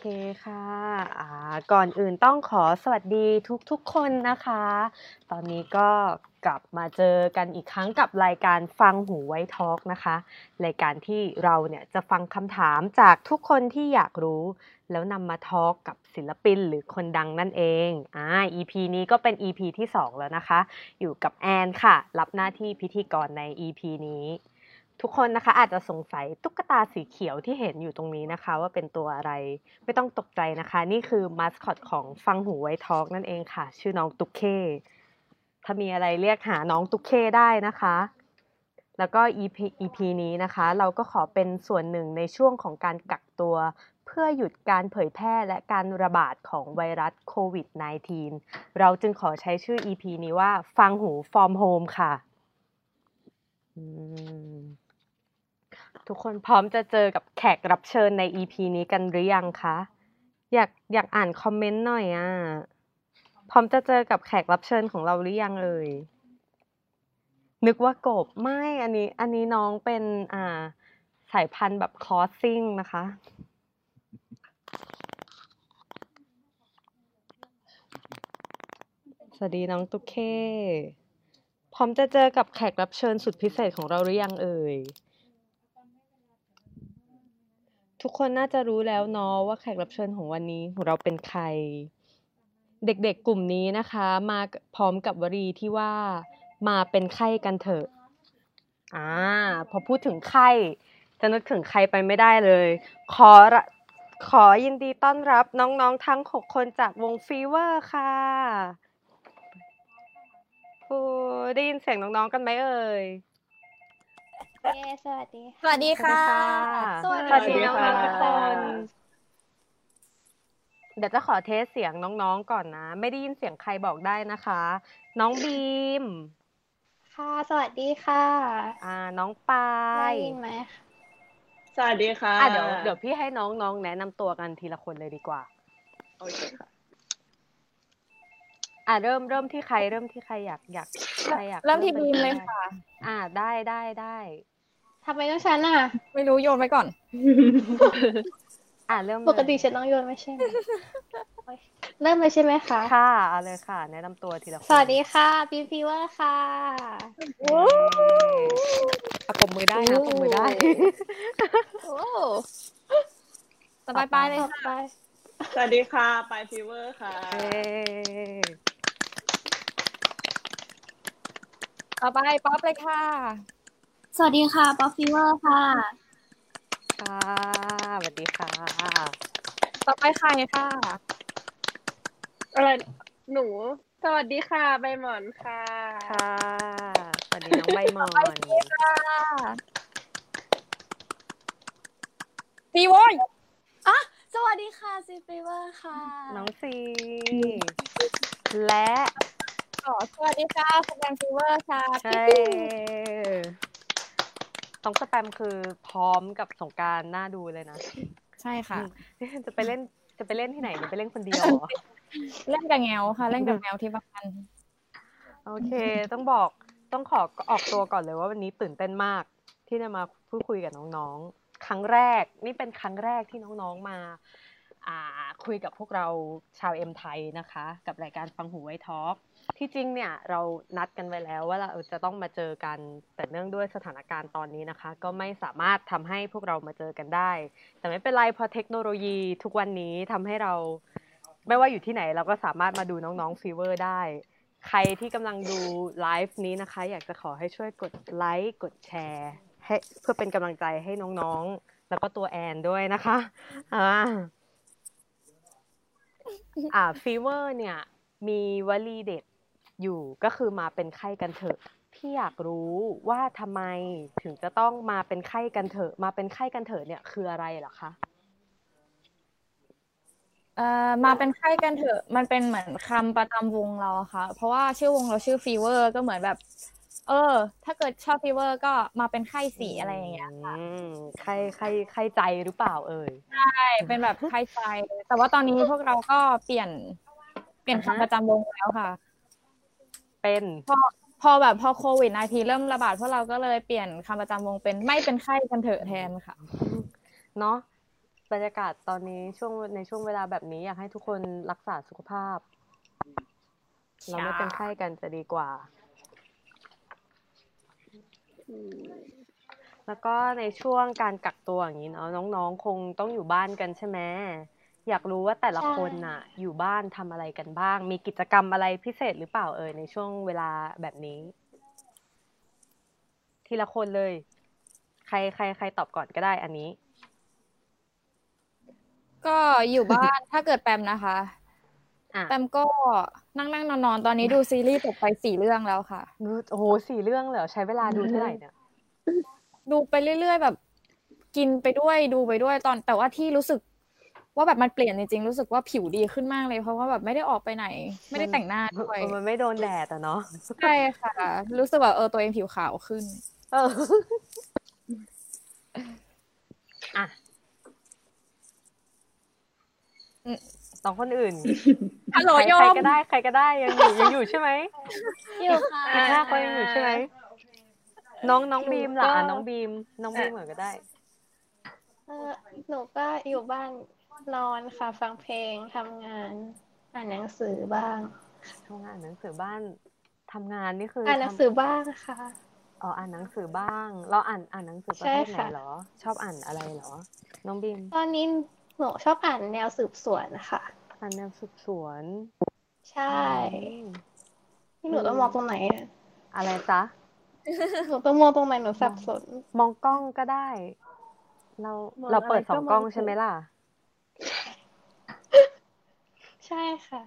เคค่ะ อ่า ก่อนอื่นต้องขอสวัสดีทุก ๆ คนนะคะ ตอนนี้ก็กลับมาเจอกันอีกครั้งกับรายการฟังหูไว้ทอล์กนะคะ รายการที่เราเนี่ยจะฟังคำถามจากทุกคนที่อยากรู้ แล้วนำมาทอล์กกับศิลปินหรือคนดังนั่นเอง อ่า EP นี้ก็เป็น EP ที่ 2 แล้วนะคะ อยู่กับแอนค่ะ รับหน้าที่พิธีกรใน EP นี้ ทุกคนนะคะอาจจะสงสัยตุ๊กตาสีเขียวที่เห็นอยู่ตรงนี้นะคะ ว่าเป็นตัวอะไร ไม่ต้องตกใจนะคะ นี่คือมาสคอตของฟังหูไวทอกนั่นเองค่ะ ชื่อน้องตุ๊กเคถ้ามีอะไรเรียกหาน้องตุ๊กเคได้นะคะ แล้วก็ EP EP นี้นะคะ เราก็ขอเป็นส่วนหนึ่งในช่วงของการกักตัว เพื่อหยุดการเผยแพร่และการระบาดของไวรัสโควิด -19 เราจึงขอใช้ชื่อ EP นี้ว่าฟังหู from home ค่ะอืมทุกคนพร้อมจะเจอกับแขกรับเชิญใน EP นี้กันหรือยังคะ อยากอยากอ่านคอมเมนต์หน่อยอ่ะ พร้อมจะเจอกับแขกรับเชิญของเราหรือยังเอ่ย นึกว่ากบไม่อันนี้ อันนี้น้องเป็นอ่า สายพันธุ์แบบคอสซิ่งนะคะ สวัสดีน้องตุ๊กเค พร้อมจะเจอกับแขกรับเชิญสุดพิเศษของเราหรือยังเอ่ย ทุกคนน่าจะรู้แล้วเนาะว่าแขกรับเชิญของวันนี้ของเราเป็นใคร เด็กๆกลุ่มนี้นะคะ มาพร้อมกับวลีที่ว่า มาเป็นไข้กันเถอะอ่าพอพูดถึงไข้จะนึกถึงใครไปไม่ได้เลย ขอระขอยินดีต้อนรับน้องๆทั้ง 6 คนจากวงฟีเวอร์ค่ะโอ้ได้ยินเสียงน้องๆกันไหมเอ่ย เย้สวัสดี สวัสดีค่ะ สวัสดี ส ค่ะ วัสดีน้องๆทุกค สวัสดีค่ะ น เดี๋ยวจะขอเทสเสียงน้องๆก่อนนะ ไม่ได้ยินเสียงใครบอกได้นะคะ น้องบีม ค่ะ สวัสดีค่ะ อ่า น้องปา ได้ ย ยินไหมคะ สวัสดีค่ะ อ่ะเดี๋ยวเดี๋ยวพี่ให้น้องๆ แนะนำตัวกันทีละคนเลยดีกว่า โอเคค่ะ อ่ะเริ่มเริ่มที่ใครเริ่มที่ใครอยากอยากใครอยาก เริ่มที่ ป็น บูมเลย ใร ค่ะ อ่าได้ได้ได้ ทำไมต้องฉัน อ่ะ ไม่รู้โยนไปก่อน อ่ะเริ่มเลย ปกติฉันต้องโยนไม่ใช่เหรอโอ๊ยเริ่มเลยใช่ไหมคะ ค่ะเอาเลยค่ะ แนะนำตัวทีละคน สวัสดีค่ะบีมฟีเวอร์ค่ะ เย้อ่ะปรบมือได้นะปรบมือได้ โอ้สบายไปเลย ต่อ ค่ะ ไป สวัสดีค่ะปายฟีเวอร์ค่ะ เย้ ต่อไปป๊อปเลยค่ะ สวัสดีค่ะป๊อปฟีเวอร์ค่ะ ค่ะสวัสดีค่ะ ต่อไปใครค่ะ อะไรหนู สวัสดีค่ะ ใบหมอนค่ะ ค่ะ สวัสดีน้องใบหมอน ค่ะพี่โว้ย สวัสดีค่ะซีฟีเวอร์ค่ะ น้องซี และ ต่อสวัสดีค่ะสแตมฟิเวอร์ค่ะ ใช่ต้องสแปมคือพร้อมกับสงกรารน่าดูเลยนะ ใช่ค่ะ จะไปเล่นจะไปเล่นที่ไหนหรือไปเล่นคนเดียวเหรอ เล่นกับแงวค่ะ เล่นกับแงวที่บ้าน โอเค ต้องบอกต้องขอออกตัวก่อนเลยว่าวันนี้ตื่นเต้นมาก ที่จะมาพูดคุยกับน้องๆ ครั้งแรกนี่เป็นครั้งแรกที่น้องๆมาอ่าคุยกับพวกเราชาวเอ็มไทยนะคะ กับรายการฟังหูไว้ทอล์กที่จริงเนี่ยเรานัดกันไว้แล้วว่าเราจะต้องมาเจอกันแต่เนื่องด้วยสถานการณ์ตอนนี้นะคะ ก็ไม่สามารถทำให้พวกเรามาเจอกันได้ แต่ไม่เป็นไรเพราะเทคโนโลยีทุกวันนี้ทำให้เรา ไม่ว่าอยู่ที่ไหนเราก็สามารถมาดูน้องๆฟีเวอร์ได้ ใครที่กำลังดูไลฟ์นี้นะคะ อยากจะขอให้ช่วยกดไลค์กดแชร์ให้เพื่อเป็นกำลังใจให้น้องๆ แล้วก็ตัวแอนด้วยนะคะอ่าอ่าฟีเวอร์เนี่ย มีวลีเด็ดอยู่ก็คือมาเป็นไข้กันเถอะ ที่อยากรู้ว่าทำไมถึงจะต้องมาเป็นไข้กันเถอะ มาเป็นไข้กันเถอะเนี่ยคืออะไรเหรอคะ เอ่อมาเป็นไข้กันเถอะ มันเป็นเหมือนคำประจำวงเราอะค่ะ เพราะว่าชื่อวงเราชื่อฟีเวอร์ก็เหมือนแบบ เออ ถ้าเกิดชอบฟีเวอร์ก็มาเป็นไข้สีอะไรอย่างเงี้ย อืมใครใครใครใจหรือเปล่าเอ่ย ใช่เป็นแบบไฮไฟแต่ว่าตอนนี้พวกเราก็เปลี่ยน เปลี่ยน อ่าฮะ คำประจำวงแล้วค่ะ เป็น พอแบบพอโควิด1 9เริ่มระบาดพวกเราก็เลยเปลี่ยนคำประจำวงเป็นไม่เป็นไข้กันเถอะแทนค่ะ เนาะ บรรยากาศตอนนี้ช่วงในช่วงเวลาแบบนี้อยากให้ทุกคนรักษาสุขภาพ เราไม่เป็นไข้กันจะดีกว่า แล้วก็ในช่วงการกักตัวอย่างนี้เนาะน้องๆ คงต้องอยู่บ้านกันใช่ไหมอยากรู้ว่าแต่ละ ใช่ คนน่ะ อยู่บ้านทำอะไรกันบ้าง มีกิจกรรมอะไรพิเศษหรือเปล่าเอ่ยในช่วงเวลาแบบนี้ ทีละคนเลย ใครใครใครตอบก่อนก็ได้อันนี้ ก็อยู่บ้าน ถ้าเกิดแปมนะคะ อ่ะ แปมก็นั่งนั่งนอนนอนๆตอนนี้ดูซีรีส์จบไปสี่เรื่องแล้วค่ะ โอ้โหสี่เรื่องเลยเหรอใช้เวลาดูเท่าไหร่เนี่ย ดูไปเรื่อย ๆ แบบกินไปด้วยดูไปด้วยตอน แต่ว่าที่รู้สึก ว่าแบบมันเปลี่ยนจริงๆรู้สึกว่าผิวดีขึ้นมากเลยเพราะว่าแบบไม่ได้ออกไปไหน ไม่ได้แต่งหน้าด้วย เออมันไม่โดนแดดอะเนาะ ใช่ค่ะ รู้สึกแบบเออตัวเองผิวขาวขึ้น เออ อ่ะ อืม สองคนอื่น ฮัลโหล ใคร โย ใคร ม ก็ได้ ใครก็ได้ยังอยู่ยังอยู่ใช่ไหม อยู่ค่ะ อีกห้าคนยังอยู่ใช่ไหมน้องน้องบีมล่ะ ก็ อ่ะน้องบีม น้องบีมเหมือนก็ได้ เอ่อหนูก็อยู่บ้านนอนค่ะ ฟังเพลงทำงาน อ่านหนังสือบ้าง ทำงานอ่านหนังสือบ้านทำงานนี่คืออ อ่านหนังสือบ้างค่ะ อ๋ออ่านหนังสือบ้าง เราอ่านอ่านหนังสือประเภทไหน ใช่ค่ะ เหรอ ชอบอ่านอะไรเหรอ น้องบีม ตอนนี้หนูชอบอ่านแนวสืบสวนค่ะ อ่านแนวสืบสวน ใช่ อืม ที่หนูต้องมองตรงไหนอะ อะไรจ๊ะ หนูต้องมองตรงไหนหนูสับสน มองกล้องก็ได้ เรา มอง เราเปิด อะไร สอก็งกล้อง มอง ใช่ไหมล่ะ ใช่ค่ะ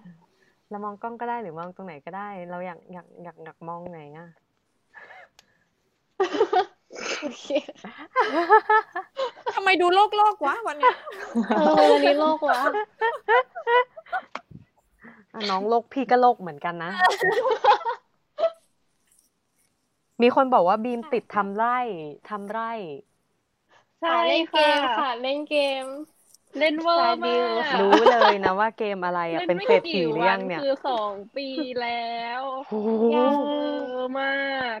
เรามองกล้องก็ได้หรือมองตรงไหนก็ได้ เราอยากอยากอยากอยากมองไหนอะ โอเค ทำไมดูโลกโลกๆวะวันเนี้ย เออวันนี้โลกวะ อ่ะน้องโลกพี่ก็โลกเหมือนกันนะ มีคนบอกว่าบีมติดทำไร่ทำไร่ ใช่เล่นเกมค่ะ เล่นเกม เล่นเวอร์สายมาดิว ก ค่ะ รู้เลยนะว่าเกมอะไรอะ ล่ เป็น ไม่ เศรษฐีหรือ วั ยังเนี่ย คือสองปีแล้ว โอ้โห ยัง เวอร์มาก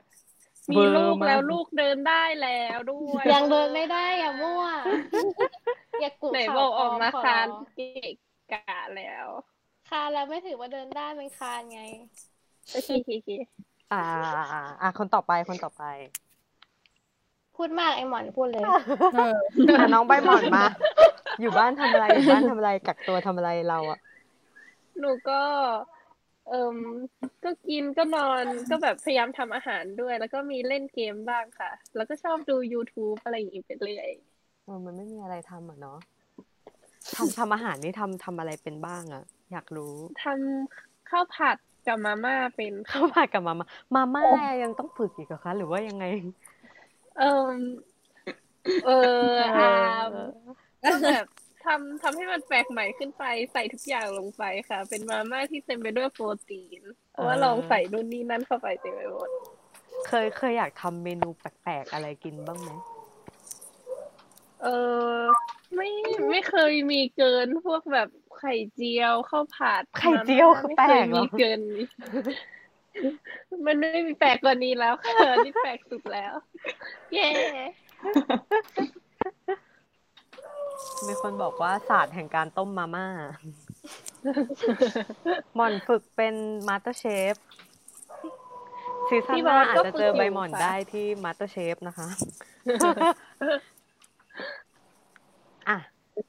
มี เวอร์มาก ลูกแล้วลูกเดินได้แล้วด้วย ยังเดินไม่ได้อ่ะมั่ว อย่ากุ ไหน ข่ บอกออกมา ปล คาน ขอร้อง เกะกะแล้ว คานแล้วไม่ถือว่าเดินได้มันคานไง อ่าอ่าอ่ะคนต่อไปคนต่อไป พูดมากไอหมอนพูดเลย อ่ะน้องใบหมอนมา อยู่บ้านทำอะไรอยู่บ้านทำอะไรกักตัวทำอะไรเราอะ หนูก็ เอิมก็กินก็นอนก็แบบพยายามทำอาหารด้วย แล้วก็มีเล่นเกมบ้างค่ะ แล้วก็ชอบดู YouTube อะไรอย่างนี้ไปเรื่อย เออมันไม่มีอะไรทำอ่ะเนาะ ทำทำอาหารนี่ทำทำอะไรเป็นบ้างอ่ะ อยากรู้ ทำข้าวผัดกับมาม่าเป็น ข้าวผัดกับมาม่ามาม่ายังต้องฝึกอีกเหรอคะ หรือว่ายังไง เออเอออามก็แบบทำทำให้มันแปลกใหม่ขึ้นไป ใส่ทุกอย่างลงไปค่ะ เป็นมาม่าที่เต็มไปด้วยโปรตีน เพราะว่า อ่า ลองใส่นู่นนี่นั่นเข้าไปเต็มไปหมด เคยเคยอยากทำเมนูแปลกๆอะไรกินบ้างไหม เออ ไม่ไม่เคยมีเกินพวกแบบไข่เจียวข้าวผัด ไข่เจียวคือ มา แปล ม่าไม่ กเหรอเคยมีเกิน มันไม่มีแปลกกว่านี้แล้วค่ะนี่แปลกสุดแล้ว เย้ มีคนบอกว่าศาสตร์แห่งการต้มมา ม่า หม่อนฝึกเป็นมาสเตอร์เชฟซีซั่น พี่ ห บ น้า อส อาจ ก็ จะ ฝึเจกอใบ อยู่ หม่อน ค่ะ ได้ที่มาสเตอร์เชฟนะคะ อ่ะ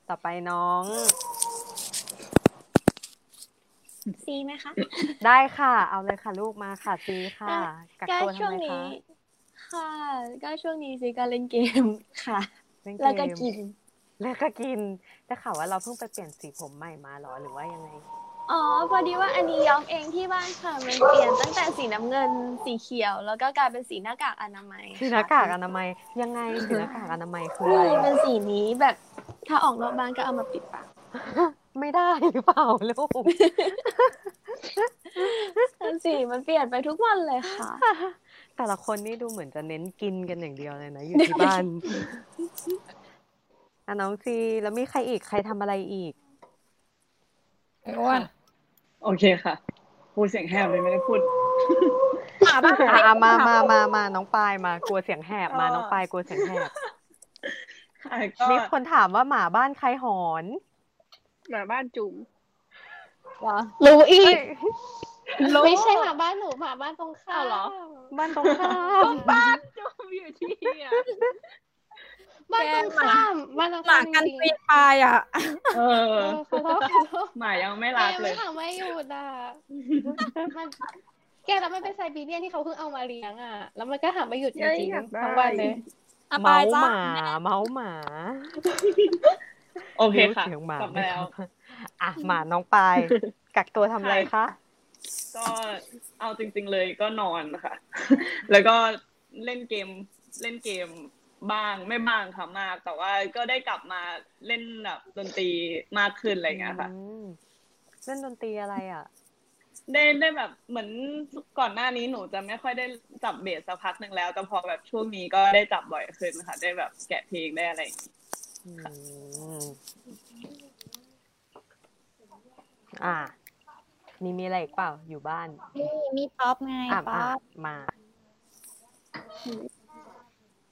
ต่อไปน้อง ซีไหมคะ ได้ค่ะ เอาเลยค่ะ ลูกมาค่ะซีค่ะ กัก ก็ ตัวทำ ช่วง ไมคะ นี้ ค่ะ ก็ช่วงนี้ซีก็เล่นเกมค่ะ เนเ แล้วก็กิน แล้วก็กินได้ข่าวว่าเราเพิ่งไปเปลี่ยนสีผมใหม่มาเหรอหรือว่ายังไง อ๋อ พอดีว่าอันนี้ย้อมเองที่บ้านค่ะ มันเปลี่ยนตั้งแต่สีน้ำเงิน สีเขียว แล้วก็กลายเป็นสีหน้ากากอนามัย สีหน้ากากอนามัยยังไงสีหน้ากากอนามัยคืออะไร นี่เป็นสีนี้แบบถ้าออกนอกบ้านก็เอามาปิดปาก ไม่ได้หรือเปล่าลูก สีมันเปลี่ยนไปทุกวันเลยค่ะ แต่ละคนนี่ดูเหมือนจะเน้นกินกันอย่างเดียวเลยนะ อยู่ที่บ้าน อ่ะน้องซีแล้วมีใครอีกใครทำอะไรอีก ไอ้อ้วน โอเคค่ะ พูดเสียงแหบเลยไม่ได้ พูด หมาบ้า อ่ะอ่ะมามามามาน้องปายมากลัวเสียงแหบมาน้องปายกลัวเสียงแหบ ค อ่ะก็ มีคนถามว่าหมาบ้านใครหอน หมาบ้านจุ๋ม เหรอ รู้อีก ไม่ใช่หมาบ้านหนูหมาบ้านตรงข้าม าวเหรอ บ้านตรงข้าม บ้านจุ๋มอยู่ที่อ่ะ บ้านตรงข้ามบ้านตรง ห ข้าม าม กัน จริงๆ ปีนปลายอ่ะเอเออ อขอโทษขอโทษ หมายังไม่ แต่ รัก ยังไม่เลย ถามว่าอยู่อ่ะมันแกแล้วมันเป็นไซบีเรียนที่เขาเพิ่งเอามาเลี้ยงอ่ะ แล้วมันก็หาไม่หยุดจริงๆทั้งวันเลย อะไป เมา จ้า หมา เมาหมา โอเคค่ะ รู้เสียงหมาก ลับ ไหม มาแล้ว คะอ่ะหมาน้องปาย กักตัวทำอะไรคะ ก็เอาจริง ๆเลยก็นอนค่ะ แล้วก็เล่นเกมเล่นเกมบ้างไม่บ้างค่ะมาก แต่ว่าก็ได้กลับมาเล่นแบบดนตรีมากขึ้นอะไรอย่างเงี้ยค่ะ อืมเล่นดนตรีอะไรอ่ะ ได้ได้แบบเหมือนก่อนหน้านี้หนูจะไม่ค่อยได้จับเบสสักพักหนึ่งแล้ว แต่พอแบบช่วงนี้ก็ได้จับบ่อยขึ้นค่ะ ได้แบบแกะเพลงได้อะไรอย่างงี้ อืมอ่ะนี่มีอะไรอีกเปล่าอยู่บ้าน นี่มีป๊อปไง อ่ะ ป๊อ อ่ะ ป มา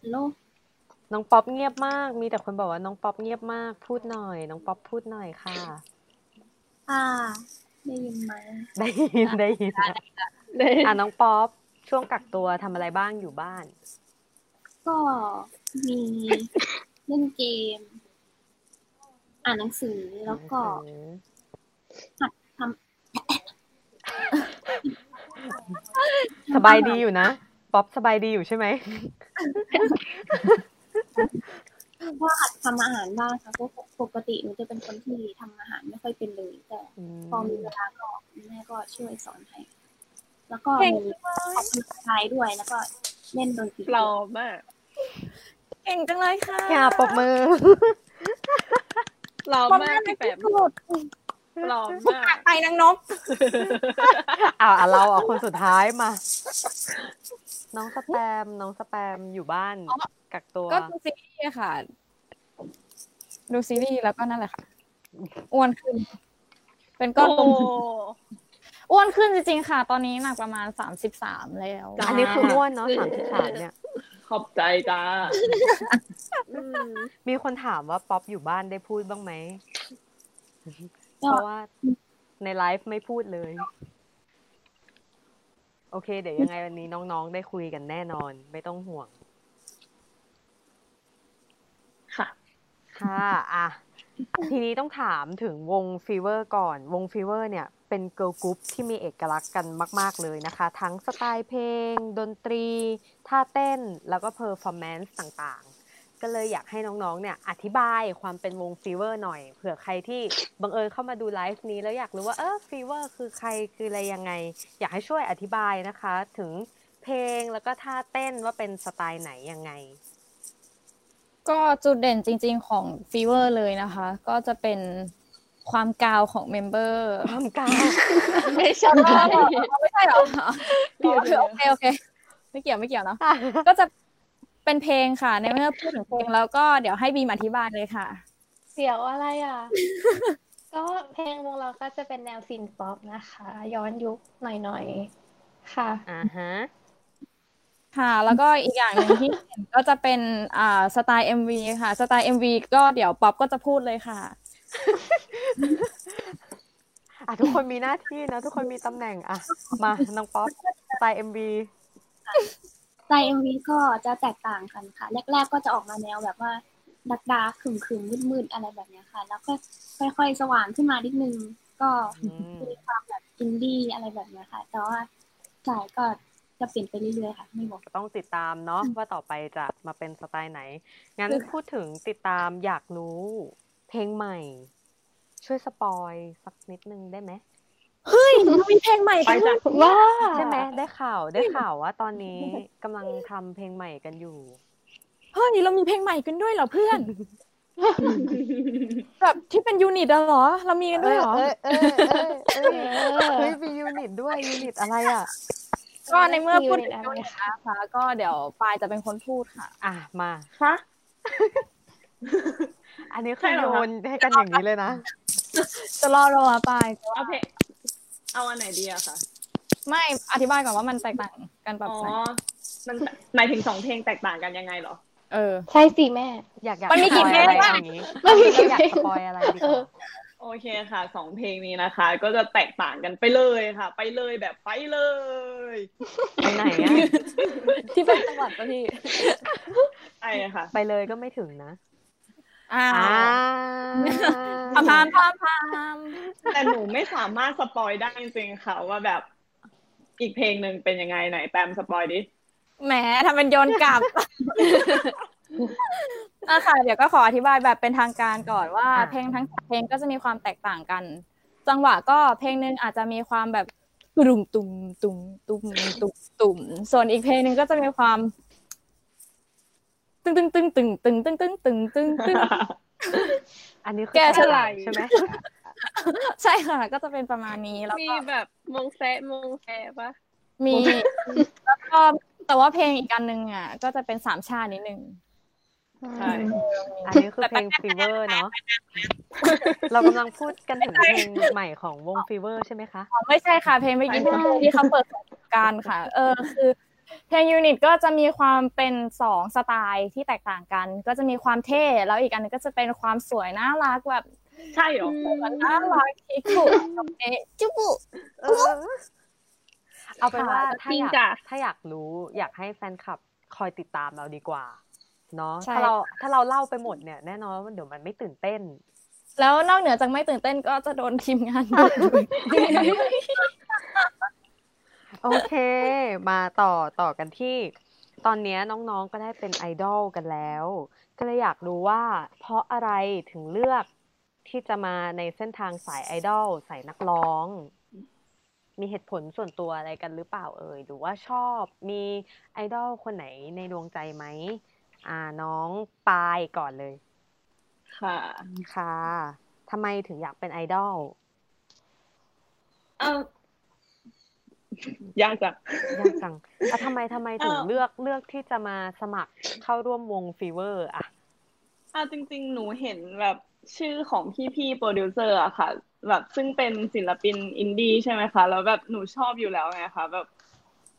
โล น้องป๊อปเงียบมาก มีแต่คนบอกว่าน้องป๊อปเงียบมาก พูดหน่อย น้องป๊อปพูดหน่อยค่ะ ค่ะ ได้ยินไหม ได้ยินได้ยิน เล่น อ่ะน้องป๊อปช่วงกักตัวทำอะไรบ้างอยู่บ้าน ก็มีเล่นเกม อ่านหนังสือแล้วก็ ท สบายดีอยู่นะป๊อปสบายดีอยู่ใช่ไหม ก็หัดทำอาหารบ้างค่ะเพราะปกติหนูจะเป็นคนที่ทำอาหารไม่ค่อยเป็นเลยแต่ พอมีเวลาก็แม่ก็ช่วยสอนให้ แล้วก็มีออกกำลังกายด้วยแล้วก็เล่นดนตรี ปลอมอ่ะ เก่งจังเลยค่ะ อย่าปรบมือ ปลอม ปรบ มา มือในกพี่แป ที่ ม สุด ปลอมมา ปาก กไปนางนก เอาอ่ะเราเอาคนสุดท้ายมา น้องสแปม น้องสแปมอยู่บ้าน อ๋อ กักตัว ก็ดูซีรีส์ค่ะ ดูซีรีส์แล้วก็นั่นแหละค่ะ อ้วนขึ้น เป็นก้อนกลมอ้วนขึ้นจริงๆค่ะ ตอนนี้หนักประมาณสามสิบสามแล้ว จ้า อันนี้คืออ้วนเนาะสามสิบสามเนี่ย ขอบใจ จ้า มีคนถามว่าป๊อปอยู่บ้านได้พูดบ้างไหม ก็ เพราะว่าในไลฟ์ไม่พูดเลย โอเค เดี๋ยวยังไงวันนี้น้องๆ ได้คุยกันแน่นอน ไม่ต้องห่วง ค่ะ ค่ะอ่ะ ทีนี้ต้องถามถึงวงฟีเวอร์ก่อน วงฟีเวอร์เนี่ย เป็นเกิร์ลกรุ๊ปที่มีเอกลักษณ์กันมาก ๆ เลยนะคะ ทั้งสไตล์เพลง ดนตรี ท่าเต้น แล้วก็เพอร์ฟอร์แมนซ์ต่างๆ ก็เลยอยากให้น้องๆ เนี่ย อธิบายความเป็นวงฟีเวอร์หน่อย เผื่อใครที่บังเอิญเข้ามาดูไลฟ์นี้ แล้วอยากรู้ว่าเออฟีเวอร์คือใครคืออะไรยังไง อยากให้ช่วยอธิบายนะคะ ถึงเพลงแล้วก็ท่าเต้นว่าเป็นสไตล์ไหนยังไง ก็จุดเด่นจริง ๆของฟีเวอร์เลยนะคะ ก็จะเป็นความกาวของเมมเบอร์ ความกล้า ไม่ใช่ ไม่ใช่เหรออ๋อโอเคโอเค ไม่เกี่ยวไม่เกี่ยวเนาะ ก็จะเป็นเพลงค่ะ ในเมื่อพูดถึงเพลงแล้วก็เดี๋ยวให้บีมอธิบายเลยค่ะ เสียวอะไรอ่ะ ก็เพลงวงเราก็จะเป็นแนวซินป๊อปนะคะ ย้อนยุคหน่อยๆ ค่ะ อ่าฮะ ค่ะ แล้วก็อีกอย่างหนึ่งที่เห็นก็จะเป็นอ่าสไตล์ MV ค่ะ สไตล์ MV ก็เดี๋ยวป๊อปก็จะพูดเลยค่ะ อ่ะทุกคนมีหน้าที่นะทุกคนมีตำแหน่งอ่ะมา น้องป๊อปสไตล์เอ็มบี สไตล์เอ็มวีก็จะแตกต่างกันค่ะ แรก ๆ ก็จะออกมาแนวแบบว่าดักดาร์ขึงขึงมืดมืดๆอะไรแบบเนี้ยค่ะ แล้วก็ค่อย ๆ สว่างขึ้นมานิดนึง ก็มีความแบบอินดี้อะไรแบบเนี้ยค่ะ แต่ว่าใช่ก็จะเปลี่ยนไปเรื่อยๆค่ะ ไม่บอก ต้องติดตามเนาะว่าต่อไปจะมาเป็นสไตล์ไหน งั้นพูดถึงติดตามอยากรู้ เพลงใหม่ ช่วยสปอยสักนิดนึงได้ไหม เฮ้ย มีเพลงใหม่ ไป กัน จ้ะ ว้า ใช่ไหมได้ข่าวได้ข่าวว่าตอนนี้กำลังทำเพลงใหม่กันอยู่ เฮ้ย เรามีเพลงใหม่กันด้วยเหรอเพื่อน แบบที่เป็นยูนิตอะเหรอ เรามีกันด้วยเหรอ เอ้ยเอ้ยเอ้ยเฮ้ยมียูนิตด้วยยูนิตอะไรอ่ะ ก็ในเมื่อพูดถึง มีอยู่ ยู ใน นิ นั้นตนะคะก็เดี๋ยวปายจะเป็นคนพูดค่ะ อ่ะมา คะ อันนี้คือโยนให้กันอย่างนี้เลยนะ จะรอรอปายจะว่า เอาเพลงเอาอันไหนดีอะค่ะ ไม่อธิบายก่อนว่ามันแตกต่างกันแบบ อ๋อ ไหน มันหมายถึงสองเพลงแตกต่างกันยังไงเหรอ เออ ใช่สิแม่ อยากอยาก มันมีกี่เพลง สปอยอะไร บ้าง อันนี้ มันมีกี่ อยาก เพลง สปอยอะไรดีกว่า โอเคค่ะสองเพลงนี้นะคะ ก็จะแตกต่างกันไปเลยค่ะ ไปเลยแบบไปเลย ไปไหนอะ ที่เป็นจังหวัดปะพี่ ใช่ค่ะ ไปเลยก็ไม่ถึงนะ อ่า อ่า พามพามพามพาม แต่หนูไม่สามารถสปอยได้จริงๆค่ะว่าแบบอีกเพลงหนึ่งเป็นยังไงไหนแปมสปอยดิ แหมทำเป็นโยนกลับ อะค่ะ เดี๋ยวก็ขออธิบายแบบเป็นทางการก่อนว่า อ่ะ เพลงทั้งสามเพลงก็จะมีความแตกต่างกัน จังหวะก็เพลงหนึ่งอาจจะมีความแบบตุ่มตุ่มตุ่มตุ่มตุ่มตุ่มส่วนอีกเพลงหนึ่งก็จะมีความ ตึงตึงตึงตึงตึงตึงตึงตึงตึงตึง อันนี้คือ แกฉลาด ใช่ไหม ใช่ค่ะ ก็จะเป็นประมาณนี้แล้ว มี ก็ แบบมงแซะมงแซะปะ มีแล้วก็แต่ว่าเพลงอีกอันหนึ่งอ่ะ ก็จะเป็นสามชาตินิดนึง ใช่ อันนี้คือเพลงฟีเวอร์เนาะเรากำลังพูดกันถึงเพลงใหม่ของวงฟีเวอร์ใช่ไหมคะ อ๋อไม่ใช่ค่ะ เพลงเมื่อกี้ที่เขาเปิดสงกรารค่ะ เออคือเพลงยูนิตก็จะมีความเป็นสองสไตล์ที่แตกต่างกัน ก็จะมีความเท่แล้วอีกอันหนึงก็จะเป็นความสวยน่ารักแบบ ใช่เหรอ แบบน่ารักคิกุ เอะจุบุ เอาเป็นว่า ค่ะ ถ้า จริ อง ยาก จ้ะ ถ้าอยากรู้อยากให้แฟนคลับคอยติดตามเราดีกว่าเนาะ ใช่ ถ้าเราถ้าเราเล่าไปหมดเนี่ยแน่นอนว่าเดี๋ยวมันไม่ตื่นเต้น แล้วนอกเหนือจากไม่ตื่นเต้นก็จะโดนทีมง านดุ โอเค มาต่อต่อกันที่ ตอนเนี้ยน้องๆก็ได้เป็นไอดอลกันแล้ว ก็เลยอยากรู้ว่า เพราะอะไรถึงเลือกที่จะมาในเส้นทางสายไอดอลสายนักร้อง มีเหตุผลส่วนตัวอะไรกันหรือเปล่าเอ่ยหรือว่าชอบมีไอดอลคนไหนในดวงใจไหมอ่าน้องปายก่อนเลย ค่ะ ค่ะทำไมถึงอยากเป็นไอดอล เออยากจัง ยากจังอ่ะทำไมทำไมถึง เอ้า เลือกเลือกที่จะมาสมัครเข้าร่วมวงฟีเวอร์อะ อ่าจริง ๆ หนูเห็นแบบชื่อของพี่พี่โปรดิวเซอร์อะค่ะ แบบซึ่งเป็นศิลปินอินดี้ใช่ไหมคะ แล้วแบบหนูชอบอยู่แล้วไงคะแบบ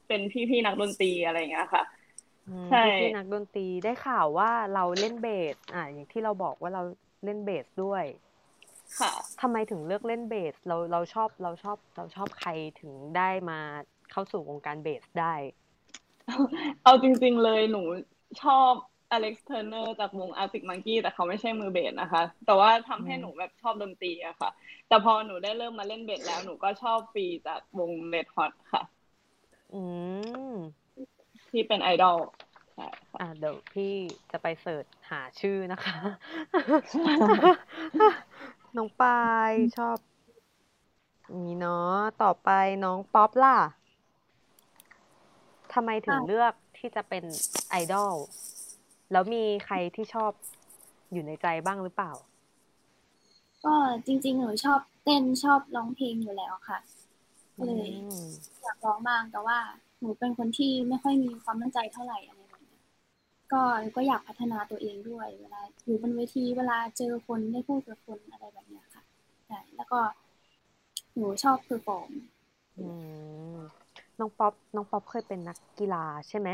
เป็นพี่พี่ๆนักดนตรีอะไรอย่างเงี้ยค่ะ อืม ใช่ พี่นักดนตรีได้ข่าวว่าเราเล่นเบส อ่าอย่างที่เราบอกว่าเราเล่นเบสด้วย ค่ะ ทำไมถึงเลือกเล่นเบส เราเราชอบเราชอบเราชอบใครถึงได้มาเข้าสู่วงการเบสได้ เอาจริง ๆ เลยหนูชอบอเล็กซ์เทอร์เนอร์จากวงอาร์ติกมังกี้แต่เขาไม่ใช่มือเบสนะคะ แต่ว่าทำให้ อืม หนูแบบชอบดนตรีอะค่ะ แต่พอหนูได้เริ่มมาเล่นเบสแล้วหนูก็ชอบฟรีจากวงเลดฮอตค่ะ อืม ที่เป็นไอดอลใช่ค่ะ อ่ะเดี๋ยวพี่จะไปเสิร์ชหาชื่อนะคะ น้องปายชอบนี่เนาะต่อไปน้องป๊อปล่ะทำไมถึงเลือกที่จะเป็นไอดอลแล้วมีใครที่ชอบอยู่ในใจบ้างหรือเปล่า ก็จริงๆ หนูชอบเต้นชอบร้องเพลงอยู่แล้วค่ะก็เลย อืม อยากร้องบ้างแต่ว่าหนูเป็นคนที่ไม่ค่อยมีความตั้งใจเท่าไหร่อะไรแบบเนี้ยก็ก็อยากพัฒนาตัวเองด้วย เวลาอยู่บนเวทีเวลาเจอคนได้พูดกับคนอะไรแบบเนี้ยค่ะใช่แล้วก็หนูชอบเพอร์ฟอร์ม อืมน้องป๊อปน้องป๊อปเคยเป็นนักกีฬาใช่ไหม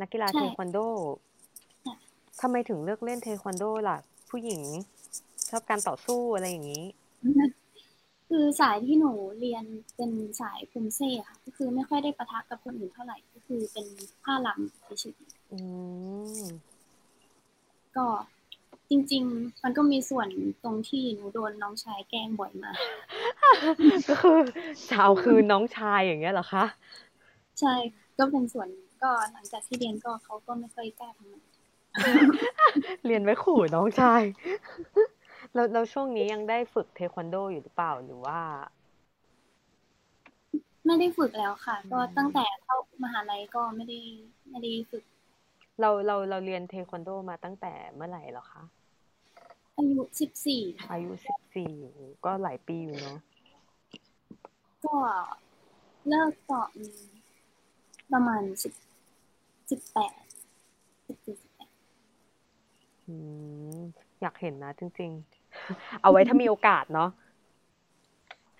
นักกีฬาเทควันโดทำไมถึงเลือกเล่นเทควันโดล่ะ ผู้หญิงชอบการต่อสู้อะไรอย่างนี้ คือสายที่หนูเรียนเป็นสายคุมเซ่ค่ะ ก็คือไม่ค่อยได้ปะทะกับคนอื่นเท่าไหร่ ก็คือเป็นผ้าลำเฉยๆ อืม ก็จริง ๆ มันก็มีส่วนตรงที่หนูโดนน้องชายแกล้งบ่อยมาก ก็คือสาวคือน้องชายอย่างเงี้ยเหรอคะ ใช่ก็เป็นส่วนก็หลังจากที่เรียนก็เขาก็ไม่ค่อยกล้าทำอะไร เรียนไว้ขู่น้องชาย แล้วแล้วช่วงนี้ยังได้ฝึกเทควันโดอยู่หรือเปล่าหรือว่า ไม่ได้ฝึกแล้วค่ะ ก็ อืม ตั้งแต่เข้ามหาลัยก็ไม่ได้ไม่ได้ฝึก เราเราเราเรียนเทควันโดมาตั้งแต่เมื่อไหร่เหรอคะ อายุสิบสี่ อายุสิบสี่ก็หลายปีอยู่เนาะ ก็เลิกตอนประมาณสิบสิบแปดสิบสี่สิบแปด อืม อยากเห็นนะจริง ๆ เอาไว้ถ้ามีโอกาสเนาะ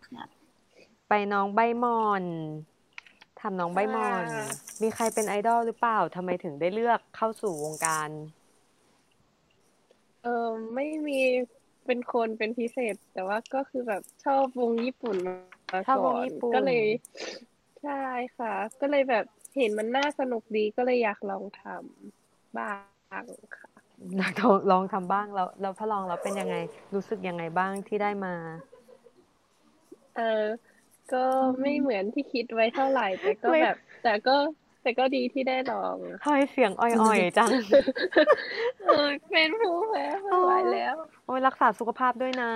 ค่ะ ไปน้องใบมอนทำน้องใบมอน ค่ะ มีใครเป็นไอดอลหรือเปล่าทำไมถึงได้เลือกเข้าสู่วงการ เออไม่มีเป็นคนเป็นพิเศษ แต่ว่าก็คือแบบชอบวงญี่ปุ่นมา ชอบว ก่ ง อน ญี่ปุ่น ก็เลย ใช่ค่ะ ก็เลยแบบเห็นมันน่าสนุกดีก็เลยอยากลองทำบ้างค่ะ ลองลองทำบ้างแล้วแล้วถ้าลองแล้วเป็นยังไงรู้สึกยังไงบ้างที่ได้มา เออ ก็ไม่เหมือนที่คิดไว้เท่าไหร่ แต่ก็ ไม่ แบบ แต่ก็แต่ก็ดีที่ได้ลอง ทำไมเสียงอ่อย ๆจัง เออเป็นผู้แพ้ไม่ไหวแล้ว โอ้ยรักษาสุขภาพด้วยนะ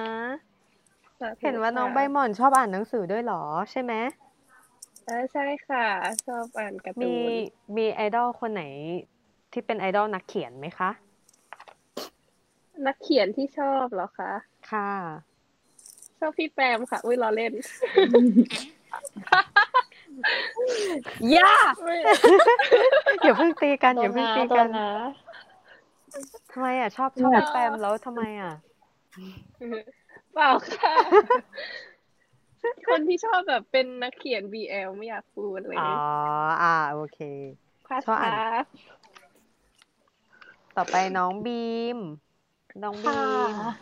สธุ เห็นว่าน้องใบ ค่ะ หม่อนชอบอ่านหนังสือด้วยเหรอใช่ไหม อ่าใช่ค่ะ ชอบอ่านการ์ตู มี น มีไอดอลคนไหนที่เป็นไอดอลนักเขียนไหมคะ นักเขียนที่ชอบเหรอคะ ค่ะ ชอบพี่แปมค่ะ อุ้ยล้อเล่น ย่า ไม่ อย่าเพิ่งตี กัน โด อย่าน เพิ่ง นะ ตี โด กัน นนะ ทำไมอ่ะชอบชอบพี่แปมแล้วทำไมอ่ะ เปล่าค่ะ คนที่ชอบแบบเป็นนักเขียน BL ไม่อยากพูดเลย อ๋ออ่าโอเค ค่ะ ชอบอ่า ค่ะ น ต่อไปน้องบีม น้องบี ค่ะ ม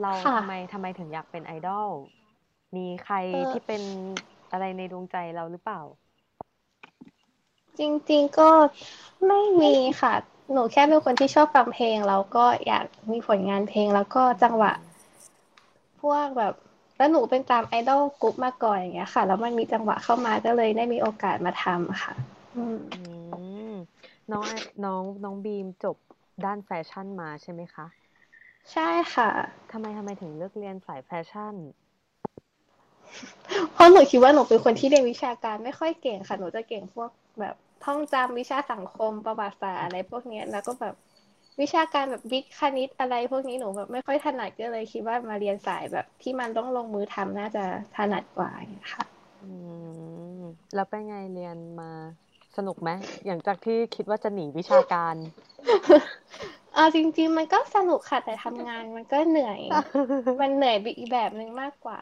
เรา ค่ะ ทำไมทำไมถึงอยากเป็นไอดอล มีใคร เอ่อ ที่เป็นอะไรในดวงใจเราหรือเปล่า จริงๆก็ไม่มีค่ะ หนูแค่เป็นคนที่ชอบฟังเพลง แล้วก็อยากมีผลงานเพลงแล้วก็จังหวะ พวกแบบ แล้วหนูเป็นตามไอดอลกรุ๊ปมาก่อนอย่างเงี้ยค่ะ แล้วมันมีจังหวะเข้ามาก็เลยได้มีโอกาสมาทำค่ะ อืม อืม น้องไอน้องน้องบีมจบด้านแฟชั่นมาใช่ไหมคะ ใช่ค่ะ ทำไมทำไมถึงเลือกเรียนสายแฟชั่น เพราะหนูคิดว่าหนูเป็นคนที่เรียนวิชาการไม่ค่อยเก่งค่ะ หนูจะเก่งพวกแบบท่องจำวิชาสังคมประวัติศาสตร์อะไรพวกเนี้ยแล้วก็แบบวิชาการแบบวิทย์คณิตอะไรพวกนี้หนูแบบไม่ค่อยถนัดก็เลยคิดว่ามาเรียนสายแบบที่มันต้องลงมือทำน่าจะถนัดกว่าอย่างเงี้ยค่ะ อืม แล้วเป็นไงเรียนมาสนุกไหมอย่างจากที่คิดว่าจะหนีวิชาการ เอาจริง ๆ มันก็สนุกค่ะแต่ทำงานมันก็เหนื่อย มันเหนื่อยอีกแบบหนึ่งมากกว่า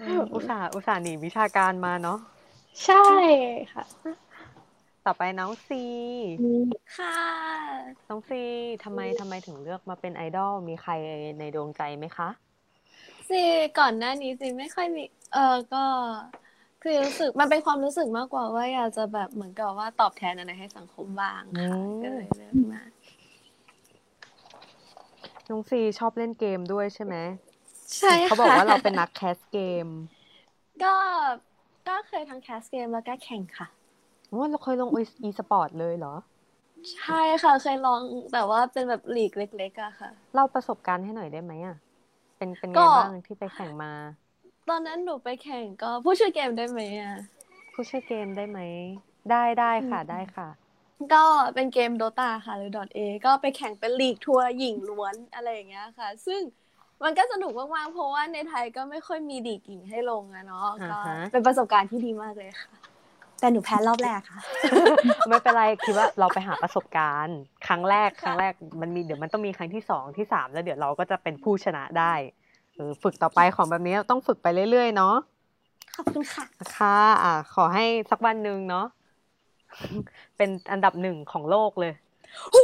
อืม อุตส่าห์อุตส่าห์หนีวิชาการมาเนาะ ใช่ค่ะ ต่อไปน้องซี ค่ะ น้องซีทำไมทำไมถึงเลือกมาเป็นไอดอล มีใครในดวงใจไหมคะ ซีก่อนหน้านี้ซีไม่ค่อยมี เออก็ คือรู้สึกมันเป็นความรู้สึกมากกว่าว่าอยากจะแบบเหมือนกับว่าตอบแทนอะไรให้สังคมบ้างค่ะ อืม ก็เลยเลือกมา น้องซีชอบเล่นเกมด้วยใช่ไหม ใช่ค่ะ เขาบอกว่าเราเป็นนักแคสเกม ก็ก็เคยทั้งแคสเกมแล้วก็แข่งค่ะ ว่าเราเคยลงอีสปอร์ตเลยเหรอ ใช่ค่ะเคยลองแต่ว่าเป็นแบบลีกเล็กๆอะค่ะ เล่าประสบการณ์ให้หน่อยได้ไหมอ่ะ เป็นเป็นไง ก็ บ้างที่ไปแข่งมา ตอนนั้นหนูไปแข่งก็พูดชื่อเกมได้ไหมอะ ผู้ช่วยเกมได้ไหม ได้ได้ค่ะได้ค่ะ ก็เป็นเกม Dota ค่ะหรือ .A ก็ไปแข่งเป็นลีกทัวร์หญิงล้วนอะไรอย่างเงี้ยค่ะ ซึ่งมันก็สนุกมากๆเพราะว่าในไทยก็ไม่ค่อยมีลีกหญิงให้ลงอะเนาะก็ อ่าฮะ เป็นประสบการณ์ที่ดีมากเลยค่ะ แต่หนูแพ้รอบแรกค่ะ ไม่เป็นไรคิดว่าเราไปหาประสบการณ์ ครั้งแรก ค่ะ ครั้งแรกมันมีเดี๋ยวมันต้องมีครั้งที่สองที่สามแล้วเดี๋ยวเราก็จะเป็นผู้ชนะได้เออฝึกต่อไปของแบบนี้ต้องฝึกไปเรื่อยๆเนาะ ขอบคุณค่ะ ค่ะอ่าขอให้สักวันหนึ่งเนาะ เป็นอันดับหนึ่งของโลกเลย โห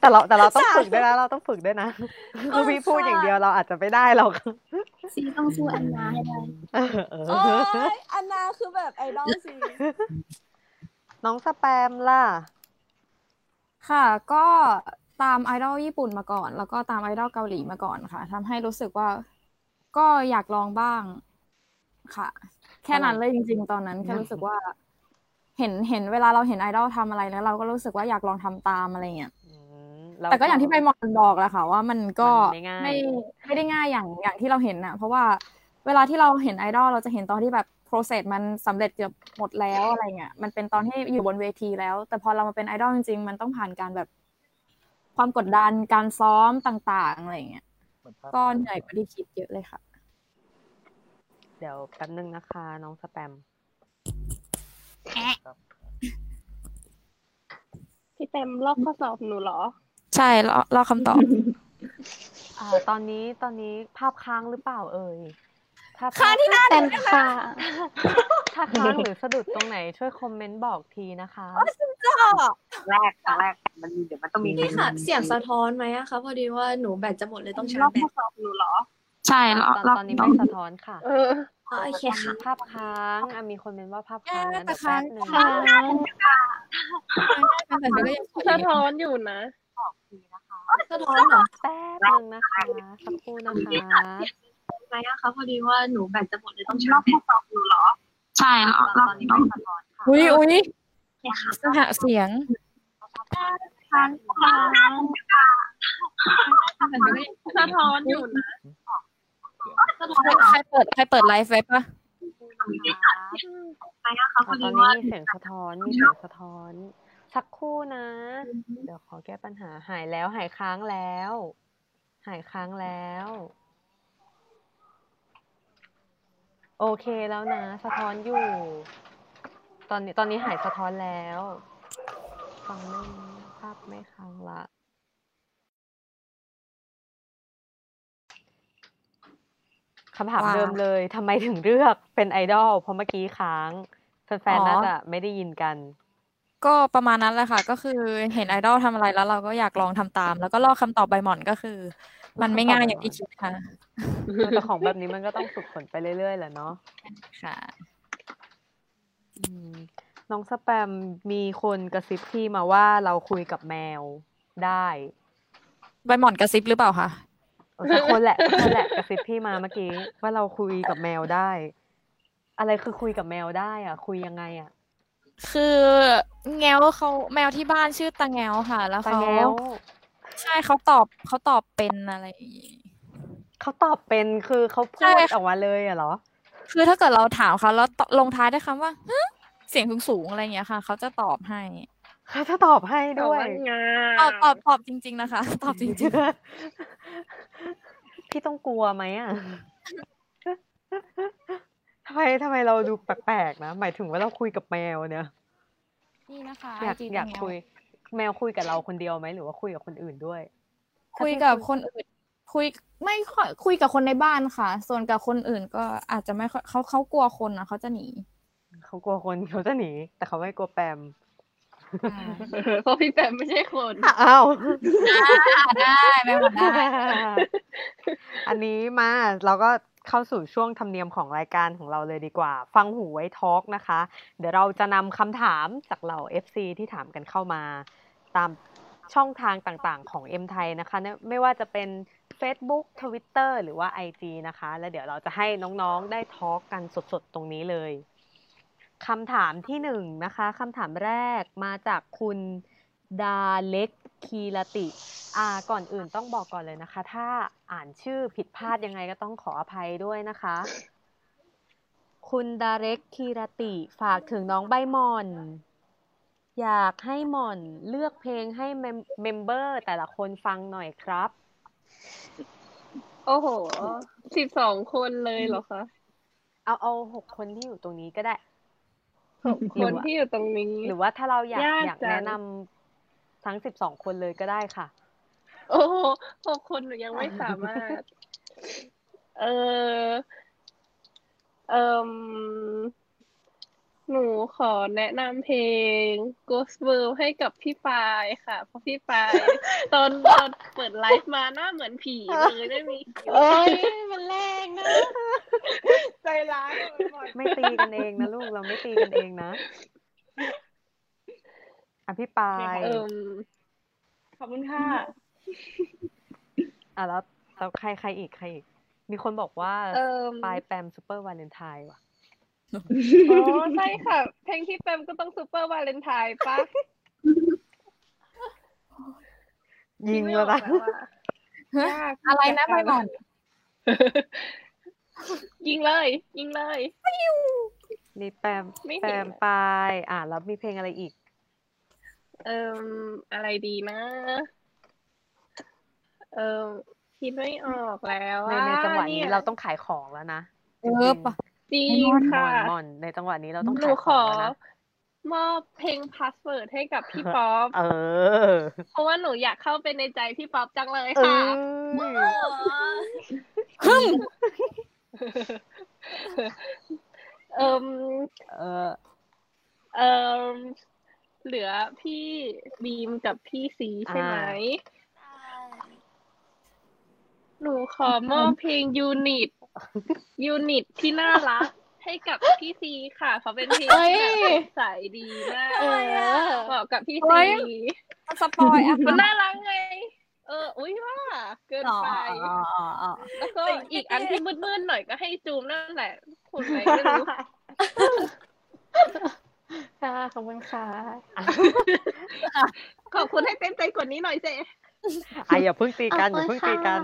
แต่เราแต่เราต้อง สาธุ ฝึกด้วยนะ เราต้องฝึกด้วย นะ เอ คือ อ พี่พูด ค่ะ อย่างเดียวเราอาจจะไม่ได้หรอก ซีต้องสู้อันนาให้ได้ เออเออ โอ้ยอันนาคือแบบไอดอลสิ น้องสแปมล่ะ ค่ะ ก็ตามไอดอลญี่ปุ่นมาก่อน แล้วก็ตามไอดอลเกาหลีมาก่อนค่ะทำให้รู้สึกว่า ก็อยากลองบ้างค่ะ แค่นั้นเลยจริง ๆ ตอนนั้นแค่รู้สึกว่า เห็นเห็นเวลาเราเห็นไอดอลทำอะไรแล้ว เราก็รู้สึกว่าอยากลองทำตามอะไรเงี้ย อืม แต่ก็อย่างที่ใบหมอนบอกแหละค่ะ ว่ามันก็ มันไม่ง่าย ไม่ไม่ได้ง่ายอย่างอย่างที่เราเห็นนะเพราะว่าเวลาที่เราเห็นไอดอลเราจะเห็นตอนที่แบบ process มันสำเร็จเกือบหมดแล้วอะไรเงี้ยมันเป็นตอนที่อยู่บนเวทีแล้ว แต่พอเรามาเป็นไอดอลจริงๆ มันต้องผ่านการแบบความกดดันการซ้อมต่างๆอะไรเงี้ยก็เหนื่อยกว่าที่คิดเยอะเลยค่ะ เดี๋ยวแป๊บนึงนะคะ น้องสแปม พี่แปมลอกข้อสอบหนูเหรอ ใช่รอรอคำตอบ อ่า ตอนนี้ตอนนี้ภาพค้างหรือเปล่าเอ่ย ถ้าพลา ค่ะ ด ที่หน้าห แต่ นู นค่ะ ถ้าค้างหรือสะดุดตรงไหนช่วยคอมเมนต์บอกทีนะคะ ก็ แรกตอนแรกมันมีเดี๋ยวมันต้องมี นี่ค่ะ เสียงสะท้อนไหมอะคะพอดีว่าหนูแบตจะหมดเลยต้องชาร์จแบต ใช่แล้ว ตอนตอนนี้ไม่สะท้อนค่ะ เออ อ๋อโอเคค่ะ ภาพค้างอ่ะมีคนเป็นว่าภาพ แก้ ค้างนะ แต่ เดี๋ยวแป๊บหนึ่งค้างค้างแต่ก็ยังสวย สะ อยู่ ท้อนอยู่นะ สะท้อนเหรอ แป๊บหนึ่งนะคะ สักครู่นะคะ ไหมอะคะพอดีว่าหนูแบตจะหมดเลยต้องชาร์จแบต ใช่แล้ว ตอนนี้ไม่สะท้อนค่ะ อุ้ยอุ้ยสหเสียง ค้างค่ะ สะท้อนอยู่นะ ใครเปิดใครเปิดไลฟ์ไว้ปะ ไหมอะคะพ อ่ะ อ ต ดี อน ว่า นี้มีเสียงสะท้อน มีเสียงสะท้อน สักครู่นะ เดี๋ยวขอแก้ปัญหาหายแล้วหายค้างแล้ว หายค้างแล้ว โอเคแล้วนะ สะท้อนอยู่ ตอนนี้ตอนนี้หายสะท้อนแล้ว ฟังไม่รู้ภาพไม่ค้างละ คำถามเดิมเลยทำไมถึงเลือกเป็นไอดอลเพราะเมื่อกี้ค้าง แฟนๆน่าจะไม่ได้ยินกัน ก็ประมาณนั้นแหละค่ะ ก็คือเห็นไอดอลทำอะไรแล้วเราก็อยากลองทำตาม แล้วก็ลอกคำตอบใบหม่อนก็คือ มันไม่ง่ายอย่างที่คิดค่ะ แต่ของแบบนี้มันก็ต้องฝึกฝนไปเรื่อยๆแหละเนาะ ค่ะ อืมน้องสแปมมีคนกระซิบที่มาว่าเราคุยกับแมวได้ ใบหม่อนกระซิบหรือเปล่าคะ เออสักคนแหละสักคนแหละกระซิบที่มาเมื่อกี้ว่าเราคุยกับแมวได้ อะไรคือคุยกับแมวได้อ่ะ คุยยังไงอ่ะ คือแงวเขาแมวที่บ้านชื่อตาแงวค่ะ แล้ว ตา เขา แงว ใช่เขาตอบเขาตอบเป็นอะไรอย่างงี้ เขาตอบเป็นคือเขาพู ใช่ ด ค่ะ ออกมาเลยอ่ะเหรอ คือถ้าเกิดเราถามเขาแล้วตลงท้ายด้วยคำว่าฮึเสียงสูงๆอะไรอย่างเงี้ยค่ะเขาจะตอบให้ เขาจะตอบให้ด้วย งา ตอบตอบตอบจริง ๆนะคะ ตอบจริง พี่ต้องกลัวไหมอ่ะ ทำไมทำไมเราดูแปลกๆนะ หมายถึงว่าเราคุยกับแมวเนี่ย ๆ นี่นะคะ อยาก IG อยาก ตาแงว คุย แมวคุยกับเราคนเดียวไหมหรือว่าคุยกับคนอื่นด้วย คุยกับคนอื่นคุยไม่ค่อยคุยกับคนในบ้านค่ะ ส่วนกับคนอื่นก็อาจจะไม่ค่อยเขาเขากลัวคนนะเขาจะหนี เขากลัวคนเขาจะหนี แต่เขาไม่กลัวแปม เพราะพี่แปมไม่ใช่คน อ้าว ได้ไม่หมดได้ อันนี้มาเราก็เข้าสู่ช่วงธรรมเนียมของรายการของเราเลยดีกว่า ฟังหูไว้ทอล์กนะคะ เดี๋ยวเราจะนำคำถามจากเหล่า FC ที่ถามกันเข้ามา ตามช่องทางต่างๆของ M ไทยนะคะไม่ไม่ว่าจะเป็น Facebook Twitter หรือว่า IG นะคะ แล้วเดี๋ยวเราจะให้น้องๆได้ทอล์กกันสดๆ ตรงนี้เลยคำถามที่หนึ่งนะคะคำถามแรกมาจากคุณดาเล็กคีรติ อ่าก่อนอื่นต้องบอกก่อนเลยนะคะ ถ้าอ่านชื่อผิดพลาดยังไงก็ต้องขออภัยด้วยนะคะ คุณดาเรกคีรติฝากถึงน้องใบหมอน อยากให้หมอนเลือกเพลงให้เมมเมมเบอร์แต่ละคนฟังหน่อยครับ โอ้โหสิบสองคนเลยเหรอคะ เอาเอาหกคนที่อยู่ตรงนี้ก็ได้ ห ค รือนว่า ที่อยู่ตรงนี้ หรือว่าถ้าเราอยาก ยาก อยาก จัง แนะนำทั้งสิบสองคนเลยก็ได้ค่ะ โอ้โหหกคนหนูยังไม่สามารถ เออเอมหนูขอแนะนำเพลง Ghost World ให้กับพี่ปายค่ะ เพราะพี่ปาย ตอนตอนเปิดไลฟ์มาหน้าเหมือนผีเลยไม่มีคิ้ว เอ้ยมันแรงนะ ใจร้ายอะมันบ่อย ไม่ตีกันเองนะลูกเราไม่ตีกันเองนะอภิปราย เอิม ขอบคุณค่ะ อ่ะแล้วแล้วใครใครอีกใครอีก มีคนบอกว่า เอิม ปลายแปมซูเปอร์วาเลนไทน์ว่ะ อ๋อใช่ค่ะ เพลงที่แปมก็ต้องซูเปอร์วาเลนไทน์ปะ ยิงแล้วนะ ที่ไม่ออกแบบว่า ยาก อะไรนะใบหมอน ยิงเลย ยิงเลย มีแปม ไม่เห็น แปมปลายอ่ะแล้วมีเพลงอะไรอีก เอ่มอะไรดีนะ เอ่มคิดไม่ออกแล้ว ใน อะ ในจังหวะนี้ เย เราต้องขายของแล้วนะ เออปะ จริง หมอ ค่ะ นหมอนในจังหวะนี้เราต้อง หนู ขายขขอ อง แล้วนะ มอบเพลงพาสเวิร์ดให้กับพี่ป๊อป เออ เพราะว่าหนูอยากเข้าไปในใจพี่ป๊อปจังเลย เอ ค่ะ อ อ๋อ เออ เออเหลือพี่บีมกับพี่สีใช่ไหม อ่า หนูขอมอบเพลงยูนิตยูนิตที่น่ารัก ให้กับพี่ซีค่ะ เพราะเป็นเพลงที่แบบใสดีมาก ทำไมอะ เหมาะกับพี่ โอ๊ ซี ย สปอยอ่ะ มันน่ารักไง เออ อุ้ยว่า เกิน อ๋อ ไป อ๋ออ๋ออ๋อ แล้วก็อีกอันที่มืดๆหน่อยก็ให้จูมนั่นแหละคุณไหนไม่รู้ ค่ะขอบคุณค่ะ ขอบคุณให้เต็มใจกว่านี้หน่อยเจ๊ อ่ะอย่าเพิ่งตีกันอย่าเพิ่งตีกัน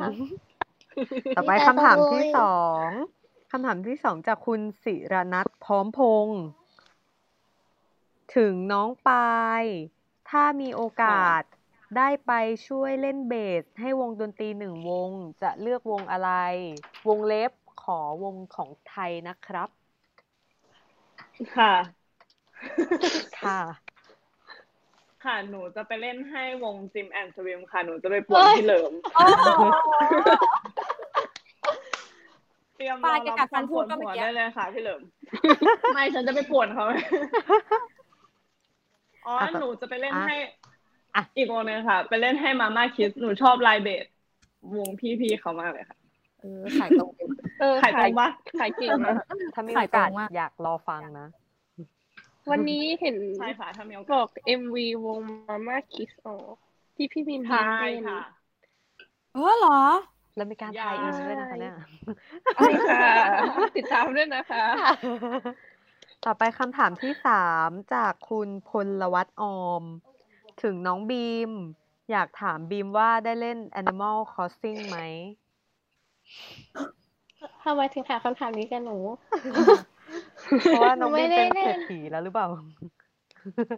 ต่อไป ดีใจ คำถาม จัง ที่ เลย สองคำถามที่สองจากคุณสิรนัทพร้อมพงษ์ถึงน้องปาย ถ้ามีโอกาสได้ไปช่วยเล่นเบส ให้วงดนตรีหนึ่งวง จะเลือกวงอะไร วงเล็บขอวงของไทยนะครับ ค่ะ ค่ะ ค่ะหนูจะไปเล่นให้วงจิมแอนสวิมค่ะหนูจะไปปวนที่เหลิม เตรียม ปลายแก รอ กัดฟัน คำ พูดก็ ป ไม่ วหัว เกี่ย ได้ ว เลยค่ะพี่เหลิม ไม่ฉันจะไปปวดเขาอ๋อ อ่ะต่อ หนูจะไปเล่น อ่ะ ให้ อ่ะ อีกวงหนึงค่ะ ไปเล่นให้มาม่าคิดหนูชอบไลายเบสวงพี่ๆเขามากเลยค่ะ เออขายตรง เออ ขายตรงปะ ขายเก่งมาก ถ้ามี ขา โอย ตรง กาส มาก อยากรอฟังนะ วันนี้เห็น ใช่ค่ะถ้ามีโอกาส บอกเอ็มวีวงมาม่าคิสออกที่พี่มิน ใช่ เล่น ค่ะ เออเหรอ แล้วมีการทายอินด้วยนะคะ ใช่ เนี่ย ใช่ค่ะ ติดตามด้วยนะคะ ต่อไปคำถามที่สามจากคุณพลวัตออม ถึงน้องบีม อยากถามบีมว่าได้เล่น Animal Crossing ไหม ทำไมถึงถามคำถามนี้กับหนู เพราะว่าน้องบีมเป็น ไม่เศได้เล่ ร น ษฐีแล้วหรือเปล่า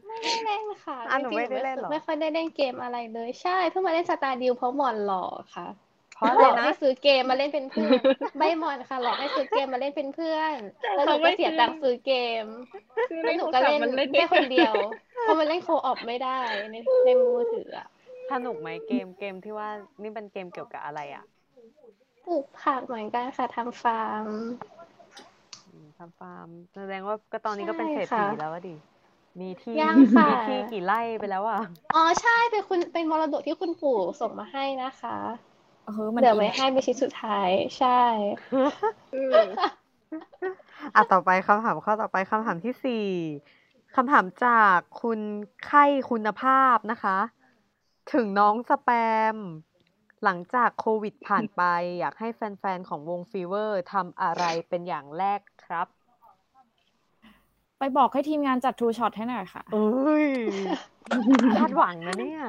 ไม่ได้เล่นค่ะ อ่ะหนู จริงๆ ไม่ได้เล่นเหรอ ไม่ค่อยได้เล่นเกมอะไรเลยใช่เพิ่งมาเล่นสตาร์ดิวเพราะหมอนหลอกค่ะ เพราะอะ ห ไร ลอก นะ ให้ซื้อเกมมาเล่นเป็นเพื่อนใบหมอนค่ะ หลอกให้ซื้อเกมมาเล่นเป็นเพื่อนแล้วหนู เขาไม่ ก็เสีย ซื้อ ตังค์ซื้อเกม คือ แล้วห โท นู ร ก็ ศัพ เล่ ท์ น มันเล่น แค่คนเดียว เพราะมันเล่นโคออปไม่ได้ในในมือถืออะ สนุกไหมเกมเกมที่ว่านี่เป็นเกมเกี่ยวกับอะไรอ่ะ ปลูกผักเหมือนกันค่ะทำฟาร์ม อืมทำฟาร์มแสดงว่าก็ตอนนี้ก็เป็นเศรษฐี ใช่ค่ะ แล้วอะดิ มีที่ ยังค่ะ มีที่กี่ไร่ไปแล้วอ่ะ อ๋อใช่เป็นคุณเป็นมรดกที่คุณปู่ส่งมาให้นะคะ เออมัน เดี๋ยว ดี ไว้ นะ ให้เป็นชิ้นสุดท้ายใช่ อ่ะต่อไปคำถามข้อต่อไปคำถามที่สี่คำถามจากคุณไข้คุณภาพนะคะ ถึงน้องสแปม หลังจากโควิดผ่านไป อยากให้แฟนๆ ของวงฟีเวอร์ทำอะไรเป็นอย่างแรกครับ ไปบอกให้ทีมงานจัดทูช็อตให้หน่อยค่ะ เอ้ยคาดหวังนะเนี่ย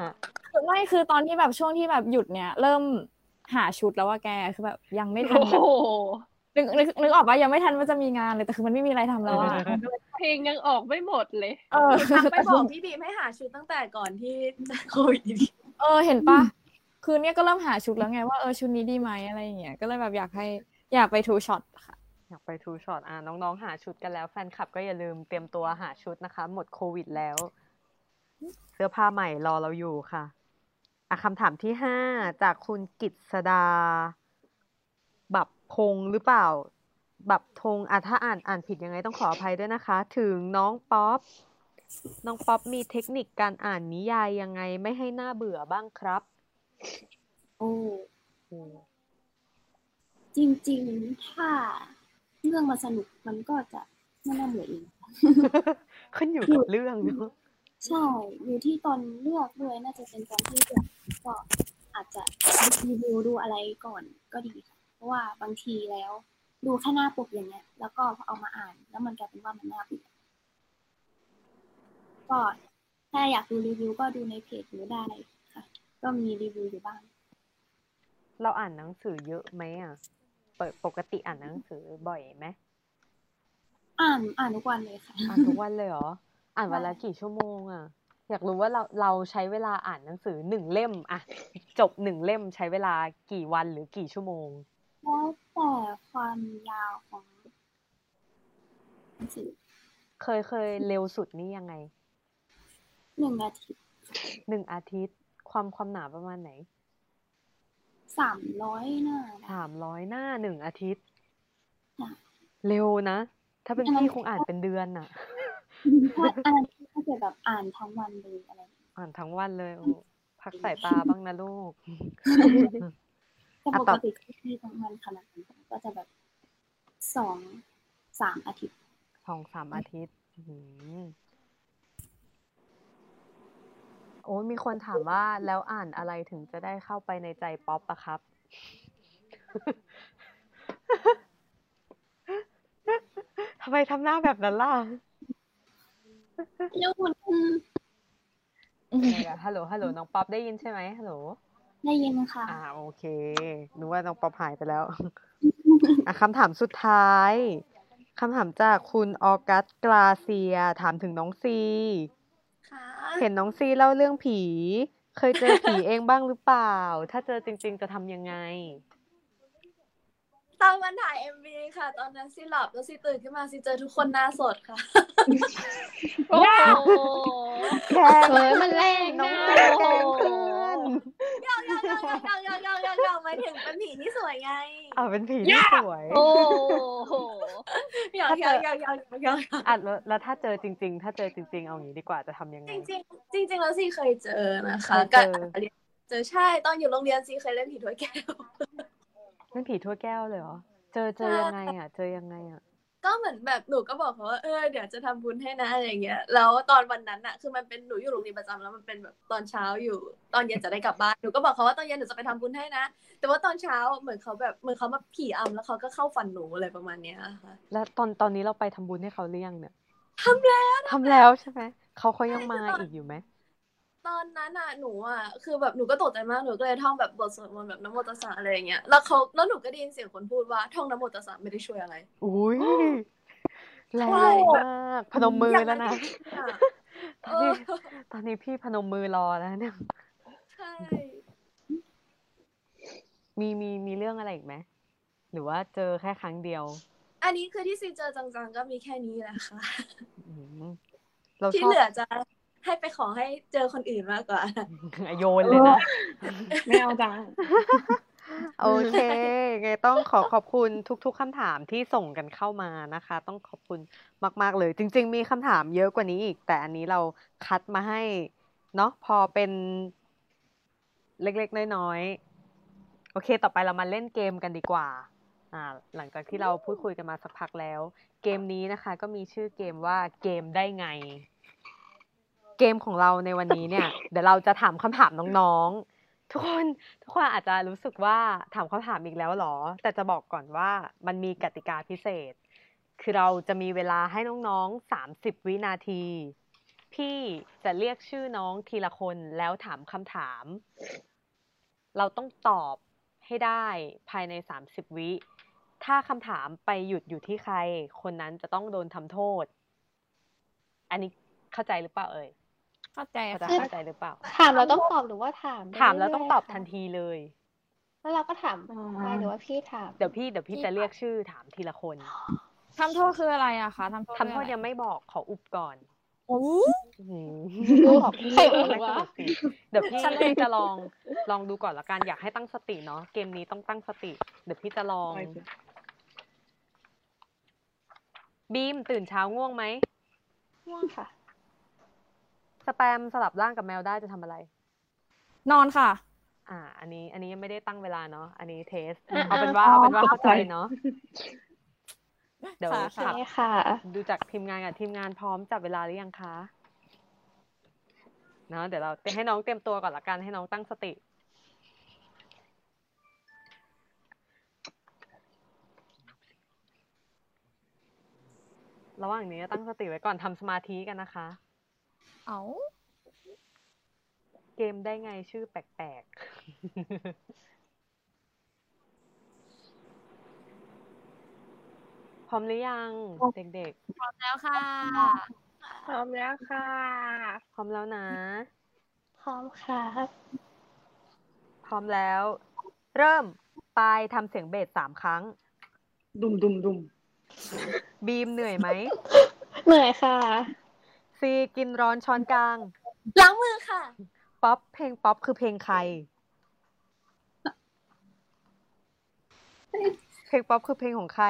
คือไม่คือตอนที่แบบช่วงที่แบบหยุดเนี่ย เริ่มหาชุดแล้วว่าแกคือแบบยังไม่ทัน โอ้ แบบโหนึกนึกนึกออกปะยังไม่ทันว่าจะมีงานเลยแต่คือมันไม่มีอะไรทำแล้วอะมันก็เลย เพลงยังออกไม่หมดเลย เออ ทักไปบอกพี่บีมให้หาชุดตั้งแต่ก่อนที่โควิด ดี เออเห็นปะคือเนี่ยก็เริ่มหาชุดแล้วไงว่าเออชุดนี้ดีไหมอะไรอย่างเงี้ยก็เลยแบบอยากให้อยากไปทูช็อตค่ะ อยากไปทูช็อตอ่ะน้องๆ หาชุดกันแล้ว แฟนคลับก็อย่าลืมเตรียมตัวหาชุดนะคะ หมดโควิดแล้ว เสื้อผ้าใหม่รอเราอยู่ค่ะอ่ะคำถามที่ห้าจากคุณกิตสดา บับพงหรือเปล่า บับทงอ่ะถ้าอ่านอ่านผิดยังไงต้องขออภัยด้วยนะคะ ถึงน้องป๊อป น้องป๊อปมีเทคนิคการอ่านนิยายยังไงไม่ให้หน้าเบื่อบ้างครับ โอ้ จริงๆ ถ้าเรื่องมันสนุกมันก็จะไม่น่าเบื่อเอง ขึ้นอยู่กับเรื่องเนอะ ใช่ อยู่ที่ตอนเลือกด้วย น่าจะเป็นตอนที่เลือกก็อาจจะรีวิวดูอะไรก่อนก็ดีค่ะเพราะว่าบางทีแล้ว ดูแค่หน้าปกอย่างเงี้ย แล้วก็พอเอามาอ่าน แล้วมันกลายเป็นว่ามันน่าเบื่อก็ถ้าอยากดูรีวิวก็ดูในเพจหนูได้ค่ะ ก็มีรีวิวอยู่บ้าง เราอ่านหนังสือเยอะไหมอ่ะเปิดปกติอ่านหนังสือบ่อยไหม อ่านอ่านทุกวันเลยค่ะ อ่านทุกวันเลยเหรอ อ่านวันละกี่ชั่วโมงอ่ะ อยากรู้ว่าเราเราใช้เวลาอ่านหนังสือหนึ่งเล่มอะ จบหนึ่งเล่มใช้เวลากี่วันหรือกี่ชั่วโมง แล้วแต่ความยาวของหนังสือ เคยเคยเร็วสุดนี่ยังไง หนึ่งอาทิตย์ หนึ่งอาทิตย์ ความความหนาประมาณไหน สามร้อยหน้าได้ สามร้อยหน้าหนึ่งอาทิตย์ ค่ะ เร็วนะ ถ้าเป็นพี่คงอ่านเป็นเดือนอ่ะ ถ้าอ่านถ้าเกิดแบบอ่านทั้งวันเลยอะไร อ่านทั้งวันเลยโอ้พักสายตาบ้างนะลูก แต่ อ่ะ ป ต่ ก อ ติที่ทำงานขนาดนั้นก็จะแบบสองสามอาทิตย์ สองสามอาทิตย์อื้อหือโอ้ยมีคนถามว่าแล้วอ่านอะไรถึงจะได้เข้าไปในใจป๊อปอะครับ ทำไมทำหน้าแบบนั้นล่ะ แล้วคุณ ฮัลโหล ฮัลโหล น้องป๊อปได้ยินใช่ไหมฮัลโหล ได้ยินค่ะ อ่าโอเคนึกว่าน้องป๊อปหายไป แล้ว อ่ะคำถามสุดท้ายคำถามจากคุณออกัสกลาเซีย ถามถึงน้องซี ค่ะ เห็นน้องซีเล่าเรื่องผี เคยเจอผีเองบ้างหรือเปล่า ถ้าเจอจริง ๆ จะทำยังไง ตอนวันถ่ายเอ็มวีค่ะ ตอนนั้นซิหลับแล้วซิตื่นขึ้นมาซิเจอทุกคนหน้าสดค่ะ โอ้โห แค่ เฮ้ยมันแรง น้อง นะ ซีแกล้งเพื่อน ยาวยาวยาวยาวยาวยาวยาวยาวยาวหมายถึงเป็นผีที่สวยไง อ่าเป็นผีที่สวย โอ้โห ยาวยาวยาวยาวยาว อ่ะแล้วแล้วถ้าเจอจริง ๆ ถ้าเจอจริง ๆ เอาอย่างนี้ดีกว่าจะทำยังไง จริงจริงๆจริง ๆ แล้วซิเคยเจอนะคะ เคยเจ ก็ อ เจอใช่ตอนอยู่โรงเรียนซิเคยเล่น ผีถ้วยแก้ว เป็นผีทั่วแก้วเลยเหรอ เจอเจอยังไงอ่ะ เจอยังไงอ่ะ ก็เหมือนแบบหนูก็บอกเขาว่าเออเดี๋ยวจะทำบุญให้นะอะไรอย่างเงี้ยแล้วตอนวันนั้นอะคือมันเป็นหนูอยู่โรงเรียนประจำแล้วมันเป็นแบบตอนเช้าอยู่ ตอนเย็นจะได้กลับบ้านหนูก็บอกเขาว่าตอนเย็นหนูจะไปทำบุญให้นะ แต่ว่าตอนเช้าเหมือนเขาแบบเหมือนเขามาผีอำแล้วเขาก็เข้าฝันหนูอะไรประมาณเนี้ยค่ะ แล้วตอนตอนนี้เราไปทำบุญให้เขาหรือยังเนี่ย ทำแล้ว ทำแล้วใช่ไหมเขาเขายังมา ใช่ค่ะ อีกอยู่ไหม ตอนนั้นอะหนูอะคือแบบหนูก็ตกใจมากหนูก็เลยท่องแบบบทสวดมนต์แบบนะโมตัสสะอะไรอย่างเงี้ยแล้วเขาแล้วหนูก็ได้ยินเสียงคนพูดว่าท่องนะโมตัสสะไม่ได้ช่วยอะไร อุ้ยแรง ใช่ มากพนมมือแล้วนะต เอ อน อ นี้ ตอนนี้พี่พนมมือรอแล้วเนี่ย ใช่ มีมีมีเรื่องอะไรอีกไหมหรือว่าเจอแค่ครั้งเดียว อันนี้คือที่ซีเจอจังๆก็มีแค่นี้แหละค่ะ อืมเรา ที่ ชอบ เหลือจะให้ไปขอให้เจอคนอื่นมากกว่า อ่ะโยนเลยนะ ไม่เอาจัง โอเคไงต้องขอขอบคุณทุกๆคำถามที่ส่งกันเข้ามานะคะ ต้องขอบคุณมาก ๆ เลย จริง ๆ มีคำถามเยอะกว่านี้อีก แต่อันนี้เราคัดมาให้เนาะพอเป็นเล็ก ๆ น้อย ๆ โอเค ต่อไปเรามาเล่นเกมกันดีกว่า อ่า หลังจากที่เราพูดคุยกันมาสักพักแล้ว เกมนี้นะคะ ก็มีชื่อเกมว่าเกมได้ไง เกมของเราในวันนี้เนี่ย เดี๋ยวเราจะถามคำถามน้องๆ ทุกคน ทุกคนอาจจะรู้สึกว่าถามคำถามอีกแล้วเหรอ แต่จะบอกก่อนว่ามันมีกติกาพิเศษ คือเราจะมีเวลาให้น้องๆ 30 วินาที พี่จะเรียกชื่อน้องทีละคนแล้วถามคำถาม เราต้องตอบให้ได้ภายใน 30 วิ ถ้าคำถามไปหยุดอยู่ที่ใคร คนนั้นจะต้องโดนทำโทษ อันนี้เข้าใจหรือเปล่าเอ่ย เข้าใจ เข้าใจ ค่ะ เข้าใจหรือเปล่า ถามเราต้องตอบหรือว่าถาม ถามแล้วต้องตอบทันทีเลย แล้วเราก็ถามไปหรือว่าพี่ถาม เดี๋ยวพี่เดี๋ยวพี่จะเรียกชื่อถามทีละคน ทำโทษคืออะไรอะคะทำโทษ ทำโทษ คืออะไร ยังไม่บอกขออุบก่อน โอ้ ขอบพี่ไม่สนุกสิเดี๋ยวพี่จะลองลองดูก่อนละกันอยากให้ตั้งสติเนาะเกมนี้ต้องตั้งสติ เดี๋ยวพี่จะลอง โอเค บีมตื่นเช้าง่วงไหม ง่วงค่ะ สแปมสลับร่างกับแมวได้จะทำอะไร นอนค่ะ อ่า อันนี้ อันนี้ยังไม่ได้ตั้งเวลาเนาะอันนี้เทส เอาเป็นว่าเอาเป็นว่าเข้าใจเนาะเดี๋ยว ค่ะ ใช่ ถาม ค่ะ ดูจากทีมงานกับทีมงานพร้อมจับเวลาหรือยังคะเนาะเดี๋ยวเราให้น้องเตรียมตัวก่อนละกันให้น้องตั้งสติ ระหว่างนี้ตั้งสติไว้ก่อนทำสมาธิกันนะคะ เอ้า เกมได้ไงชื่อแปลกๆ พร้อมหรือยัง เด็ก แล้วค่ะ พร้อมแล้วค่ะ ๆ พร้อมแล้วนะ พร้อมค่ะ พร้อมแล้ว เริ่มปายทำเสียงเบสสามครั้ง ดุมดุมดุม บีมเหนื่อยไหม เหนื่อยค่ะ ซีกินร้อนช้อนกลาง ล้างมือค่ะ ป๊อปเพลงป๊อปคือเพลงใคร เพลงป๊อปคือเพลงของใคร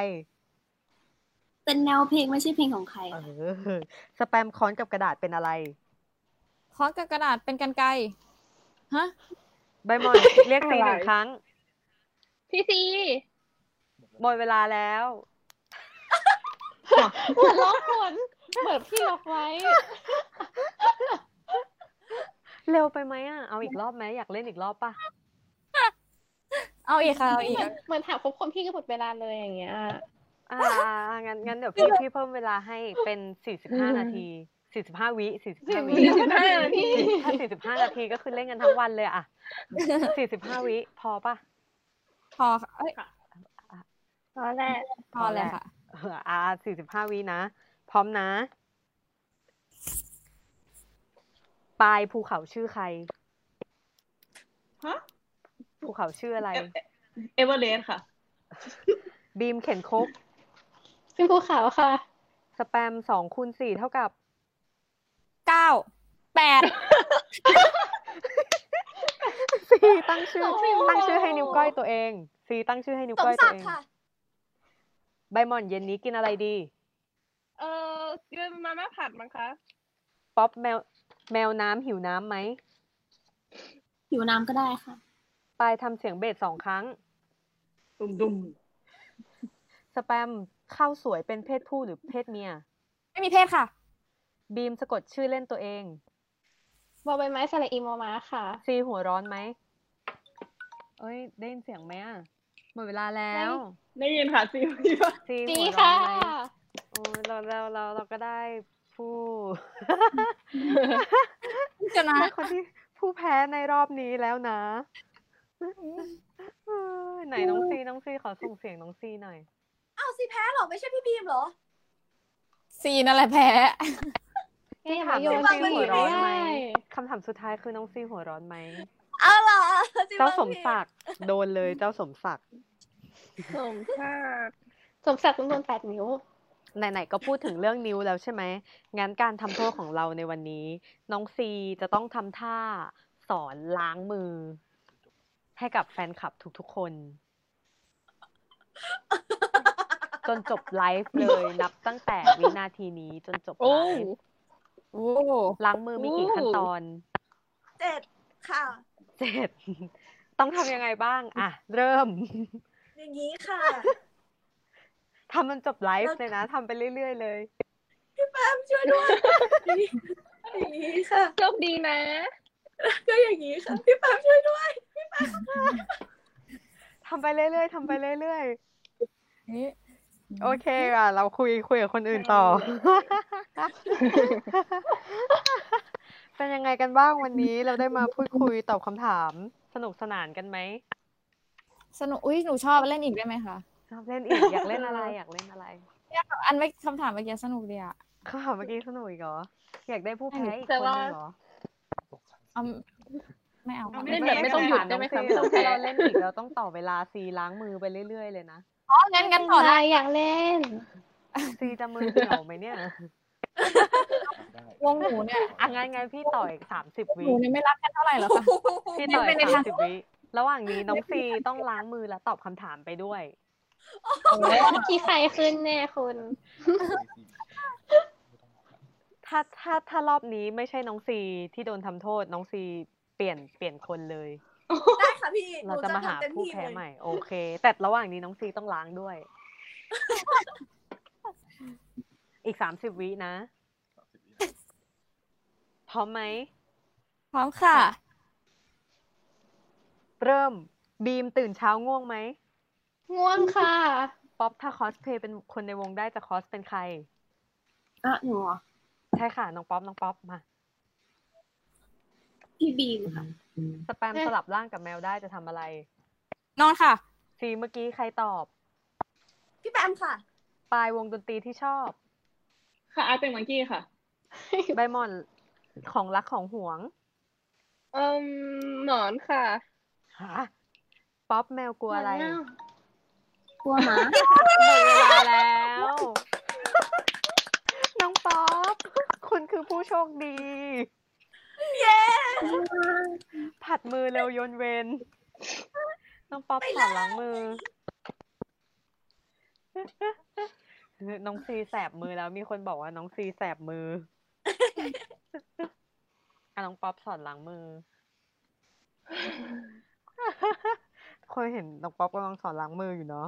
เป็นแนวเพลงไม่ใช่เพลงของใคร เอ ค่ะ อสแปมค้อนกับกระดาษเป็นอะไร คอสกับกระดาษเป็นกันไกรฮะ ใบ หมอนเรียกซีหนึ่งครั้ง พี่ซี หมดเวลาแล้ว หัวล้อฝนเหมือนพี่ล็อกไว้ เร็วไปไหมอ่ะ เอาอีกรอบไหมอยากเล่นอีกรอบป่ะ เอาอีกค่ะเอาอีก เหมือนถามครบคนพี่ก็หมดเวลาเลยอย่างเงี้ย อ่าอ่าอ่างั้นงั้นเดี๋ยวพี่พี่เพิ่มเวลาให้เป็นสี่สิบห้านาทีสี่สิบห้าวิสี่สิบห้าวิถ้าสี่สิบห้านาทีก็คือเล่นกันทั้งวันเลยอ่ะสี่สิบห้าวิพอป่ะ พอค่ะเอ้ย พอแล้ว พอแล้วค่ะ เอออ่าสี่สิบห้าวินะ พร้อมนะ ปลายภูเขาชื่อใคร ฮะ ภูเขาชื่ออะไร เอเวอเรสต์ค่ะ บีมเข็นคก พี่ภูเขาค่ะ สแปมสองคูณสี่เท่ากับ เก้า แปด ซีตั้งชื่อ ตั้งชื่อให้นิ้วก้อยตัวเอง ซีตั้งชื่อให้นิ้ว สม ก้อยตั ศั ว ก เอ ดิ์ ง ค่ะ ใบหม่อนเย็นนี้กินอะไรดี เออเดินมาม่าผัดมั้งคะ ป๊อปแมว แมวน้ำหิวน้ำไหม หิวน้ำก็ได้ค่ะ ปลายทำเสียงเบสสองครั้ง ดุมดุม สแปมข้าวสวยเป็นเพศผู้หรือเพศเมีย ไม่มีเพศค่ะ บีมสะกดชื่อเล่นตัวเอง บอใบไม้สระอีมอมาค่ะ ซีหัวร้อนไหม เอ้ย ได้ยินเสียงไหมอ่ะ หมดเวลาแล้ว ๆได้ยินค่ะซีรีส์ว่า ซีหัวร้อนไหมโอ้ยเราเราเราเราก็ได้ผู้ จะนะ ได้คนที่ผู้แพ้ในรอบนี้แล้วนะเออไหนน้องซีน้องซีขอส่งเสียงน้องซีหน่อย อ้าวซีแพ้เหรอ ไม่ใช่พี่บีมเหรอ ซีนั่นแหละแพ้ ที่ถาม โย น้ น องซี สิ หัวร้อนไหมคำถามสุดท้ายคือน้องซีหัวร้อนไหม เอาเหรอซี เจ้า ว่ สม ผิด ศักดิ์โดนเลยเจ้าสมศักดิ์ สมภาค สมศักดิ์จำนวนแปดนิ้ว ไหนๆก็พูดถึงเรื่องนิ้วแล้วใช่ไหม งั้นการทำโทษของเราในวันนี้ น้องซีจะต้องทำท่าสอนล้างมือ ให้กับแฟนคลับทุกๆคน จนจบไลฟ์เลย นับตั้งแต่วินาทีนี้จนจบไล โอ้ ฟ์ โอ้ ล้างมือมีกี่ขั้นตอน เจ็ดค่ะ เจ็ด ต้องทำยังไงบ้าง อ่ะ เริ่ม อย่างนี้ค่ะ ทำมันจบไลฟ์เลยนะทำไปเรื่อยๆเลย แป๊บช่วยด้วย อย่างนี้ค่ะ โชคดีนะ ก็อย่างนี้ค่ะ พี่แป๊บช่วยด้วย ทำไปเรื่อยๆทำไปเรื่อยๆ นี่ โอเคอ่ะ เราคุยคุยกับคนอื่นต่อ เป็นยังไงกันบ้างวันนี้เราได้มาพูดคุยตอบคำถาม สนุกสนานกันไหม สนุก อุ้ยหนูชอบเล่นอีกได้ไหมคะ ชอบเล่นอีก อยากเล่นอะไร อยากเล่นอะไร เนี่ยค่ะอันไม่คำถามเมื่อกี้สนุกดีอะ คำถามเมื่อกี้สนุกอีกเหรอ อยากได้ผู้แพ้อีกคนนึงเหรอ เอาไม่เอาค่ะ เล่นแบบไม่ต้องหยุดได้ไหมคะไม่ต้องแพ้ ถ้าเราเล่นอีกเราต้องต่อเวลาซีล้างมือไปเรื่อยๆเลยนะ อ๋องั้นงั้นต่อได้ อยากเล่น ซีจะมือเหี่ยวไหมเนี่ย วงหนูเนี่ย อ่ะงั้นงั้นพี่ต่ออีกสามสิบวิ หนูเนี่ยไม่รักกันเท่าไหร่หรอกค่ะ พี่ต่อย เล่นไปใน สา ทาม ง สิบวิ ระหว่างนี้น้องซีต้องล้างมือและตอบคำถามไปด้วย ที่ใครขึ้นแน่คุณ ถ้าถ้าถ้ารอบนี้ไม่ใช่น้องซีที่โดนทำโทษ น้องซีเปลี่ยนเปลี่ยนคนเลย ได้ค่ะพี่ ห เรา นู จะ จะ มาหา ทำเต็ม ผู้ ที่ แพ้ให เลย ม่ โอเค แต่ระหว่างนี้น้องซีต้องล้างด้วย อีกสามสิบวินะ พร้อมไหม พร้อมค่ะ เริ่มบีมตื่นเช้าง่วงไหม ง่วงค่ะ ป๊อปถ้าคอสเพลย์เป็นคนในวงได้จะคอสเป็นใคร อ่ะหนูเหรอ ใช่ค่ะ น้องป๊อปน้องป๊อปมา พี่บีมค่ะ สแปมสลับร่างกับแมวได้จะทำอะไร นอนค่ะ ซีเมื่อกี้ใครตอบ พี่แปมค่ะ ปลายวงดนตรีที่ช อบ ค่ะอาร์ตเป็นมังกี้ค่ะ ใบหม่อนของรักของหวง เอ่มหนอนค่ะ ฮะป๊อปแมวกลัวอะไร กลัวหมา หมดเวลาแล้ว น้องป๊อป คุณคือผู้โชคดี เย้ ผัดมือเร็วโยนเวน น้องป๊อปสอนล้างมือ น้องซีแสบมือแล้วมีคนบอกว่าน้องซีแสบมือ อ่ะน้องป๊อปสอนล้าง มือ เคยเห็นน้องป๊อปกำลังสอนล้างมืออยู่เนาะ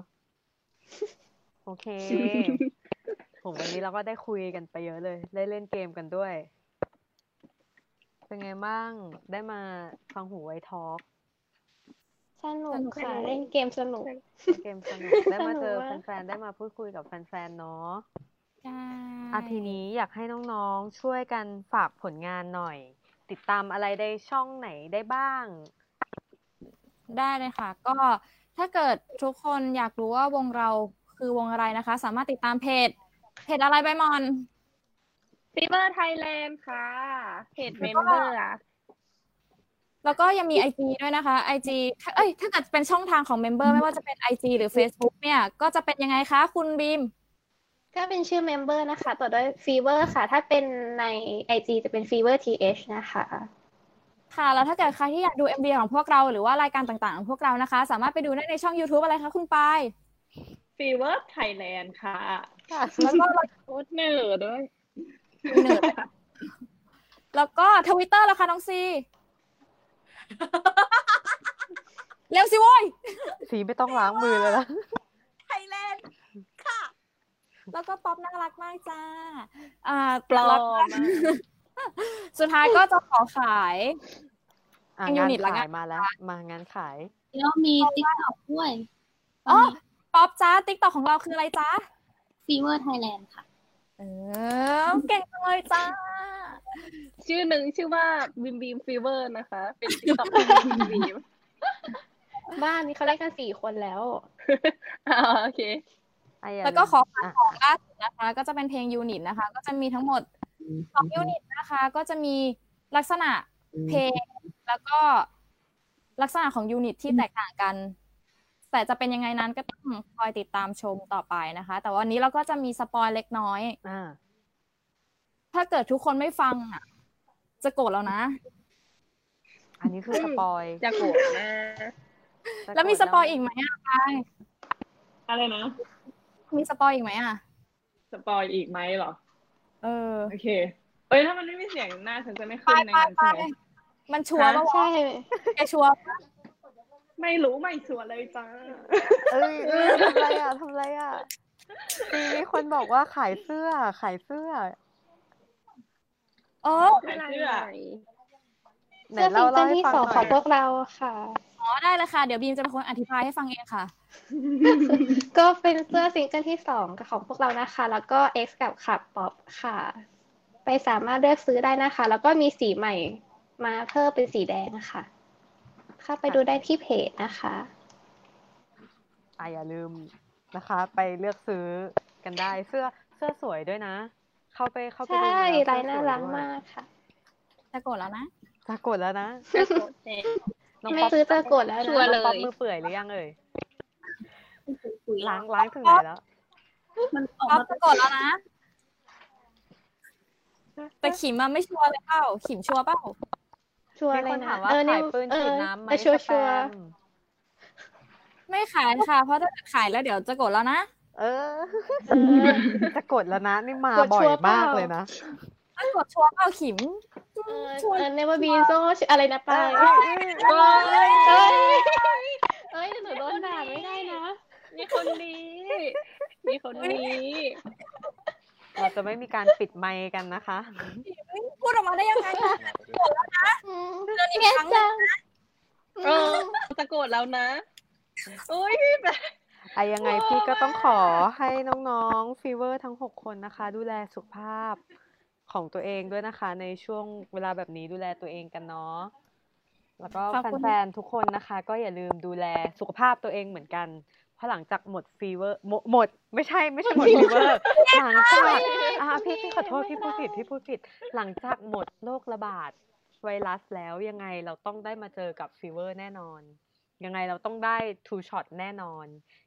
โอเค ผมวันนี้เราก็ได้คุยกันไปเยอะเลย ได้เล่นเกมกันด้วย เป็นไงบ้าง ได้มาฟังหูไวทอล์ก สนุกค่ะเล่นเกมสนุก เกมสนุ ก ได้มาเจอแฟนๆ ได้มาพูดคุยกับแฟนๆ เนาะ ใช่ อาทีนี้อยากให้น้องๆ ช่วยกันฝากผลงานหน่อย ติดตามอะไรได้ช่องไหนได้บ้าง ได้เลยค่ะ ก็ถ้าเกิดทุกคนอยากรู้ว่าวงเราคือวงอะไรนะคะ สามารถติดตามเพจ เพจอะไรใบมอน ฟีเวอร์ไทยแลนด์ค่ะเพจเมมเบอร์อะ แล้วก็ยังมี IG ด้วยนะคะ IG ถ้าเอ้ยถ้าเกิดเป็นช่องทางของเมมเบอร์ไม่ว่าจะเป็น IG หรือ Facebook เนี่ยก็จะเป็นยังไงคะ คุณบีม ก็เป็นชื่อเมมเบอร์นะคะ ต่อด้วยฟีเวอร์ค่ะ ถ้าเป็นใน IG จะเป็นฟีเวอร์ทีเอชนะคะ ค่ะ แล้วถ้าเกิดใครที่อยากดู MV ของพวกเราหรือว่ารายการต่างๆ ของพวกเรานะคะ สามารถไปดูได้ในช่อง YouTube อะไรคะคุณปาย ฟีเวอร์ไทยแลนด์ค่ะ แล้วก็ โคตรเหนื่อยด้วย เหนื่อยแล้วก็ทวิตเตอร์ล่ะคะน้องซี เร็วสิโว้ย สีไม่ต้องล้างมือเลยละ ไทยแลนด์ แล้วก็ป๊อปน่ารักมากจ้า อ่า ปลอม แว อะ ก็สุดท้ายก็จะขอขาย อ่ะ เป็นยู งาน นิตละ ขาย งาน มาแล้ว มางานขาย แล้วมีติ๊กต็อกด้วย อ๋อ ป๊อปจ้าติ๊กต็อกของเราคืออะไรจ้า ฟีเวอร์ไทยแลนด์ค่ะ เออเก่งจังเลยจ้า ชื่อหนึ่งชื่อว่าบิมบิมฟีเวอร์นะคะ เป็นติ๊กต็อกของบิมบิม บ้านนี้เขาเล่นกันสี่คนแล้ว อ่าโอเค อ่ะอย่า แล้วก็ขอ ม ฝากของล่าสุดนะคะ ก็จะเป็นเพลงยูนิตนะคะ ก็จะมีทั้งหมดสองยูนิตนะคะ ก็จะมีลักษณะเพลง แล้วก็ลักษณะของยูนิตที่แตกต่างกัน แต่จะเป็นยังไงนั้นก็ต้องคอยติดตามชมต่อไปนะคะ แต่วันนี้เราก็จะมีสปอยเล็กน้อย อ่ะ ถ้าเกิดทุกคนไม่ฟังอ่ะ จะโกรธเรานะ อันนี้คือสปอย จะโกรธนะ จะ แล้วมีสปอย โรธ อีกไหมอ่ะไป อะไรนะ มีสปอยอีกไหมอ่ะ สปอยอีกไหมเหรอ เออ โอเค เอ้ยถ้ามันไม่มีเสียงหน้าฉันจะไม่ขึ้นในไปนั้นใช่ ไป ไหม ไป มันชัวร์ปะวะ ใช่ แกชัวร์ปะ ไม่รู้ไม่ชัวร์เลยจ้า เอ้ยเอ้ยทำไรอ่ะทำไรอ่ะมีมีคนบอกว่าขายเสื้อ ขายเสื้อ เออ ขายเสื้อ ไหน เสื้อซิ เล่าง เกิ เล่า ล ให้ ที่ ฟัง สอง ห ข น่ออง ย พวกเราค่ะ อ๋อได้เลยค่ะ เดี๋ยวบีมจะเป็นคนอธิบายให้ฟังเองค่ะ ก็เป็นเสื้อซิงเกิลที่สองของพวกเรานะคะ แล้วก็ X กับขับป๊อปค่ะ ไปสามารถเลือกซื้อได้นะคะ แล้วก็มีสีใหม่มาเพิ่มเป็นสีแดงค่ะ เข้าไปดูได้ที่เพจนะคะ อ่ะอย่าลืมนะคะ ไปเลือกซื้อกันได้ เสื้อ เสื้อสวยด้วยนะ เข้าไปเข้าไป ใช่ ดูนะ ลาย เสื้อสวย น่ารัก ด้วย มากค่ะ จะโกรธแล้วนะ จะกดแล้วนะ น้อง ไม่ ป๊อป ซื้อจะกดแล้ว ชั นะ วร์ น้ เล องป๊อป ย มือเปื่อยหรือยังเอ่ย ปุ๋ยๆ ล้างล้างถึงไหนแล้ว มันออก ป๊อป มา จะโกรธแล้วนะ แต่ขิมอะไม่ชัวร์เลยเปล่า ขิมชัวร์เปล่า ชัวร์ มี เล ค ย น นะ ถามว่า เออ ขา เนี่ย ยปืน เอ ฉี อ ดน้ำไหม แต่ชัวร์ ส ชัว แป ร์ ม ไม่ขายค่ะ เพราะถ้าเกิดขายแล้วเดี๋ยวจะโกรธแล้วนะ เออ จะกดแล้วนะ นี่มาบ่อยมากเลยนะ ถ้าโกรธชัวร์เปล่าขิม เออเออเนวาบีโซอะไรนะป้าย โอ้ย เอ้ยเอ้ยหนูโดนด่าไม่ได้นะ มีคนนี้มีคนนี้ เราจะไม่มีการปิดไมค์กันนะคะ พูดออกมาได้ยังไงอะโกรธแล้วนะเจออีกครั้งหนึ่ง เออจะโกรธแล้วนะอุ้ยแบบ ไอะยังไงพี่ก็ต้องขอให้น้องๆฟีเวอร์ทั้ง 6 คนนะคะ ดูแลสุขภาพของตัวเองด้วยนะคะ ในช่วงเวลาแบบนี้ดูแลตัวเองกันเนาะแล้วก็แฟนๆทุกคนนะคะ ก็อย่าลืมดูแลสุขภาพตัวเองเหมือนกัน เพราะหลังจากหมดฟีเวอร์หมดหมด ไม่ใช่ไม่ใช่หมดฟีเวอร์หลังจากอ่าพี่พี่ขอโทษพี่พูดผิดพี่พูดผิด หลังจากหมดโรคระบาดไวรัสแล้วยังไงเราต้องได้มาเจอกับฟีเวอร์แน่นอน ยังไงเราต้องได้ทูช็อตแน่นอน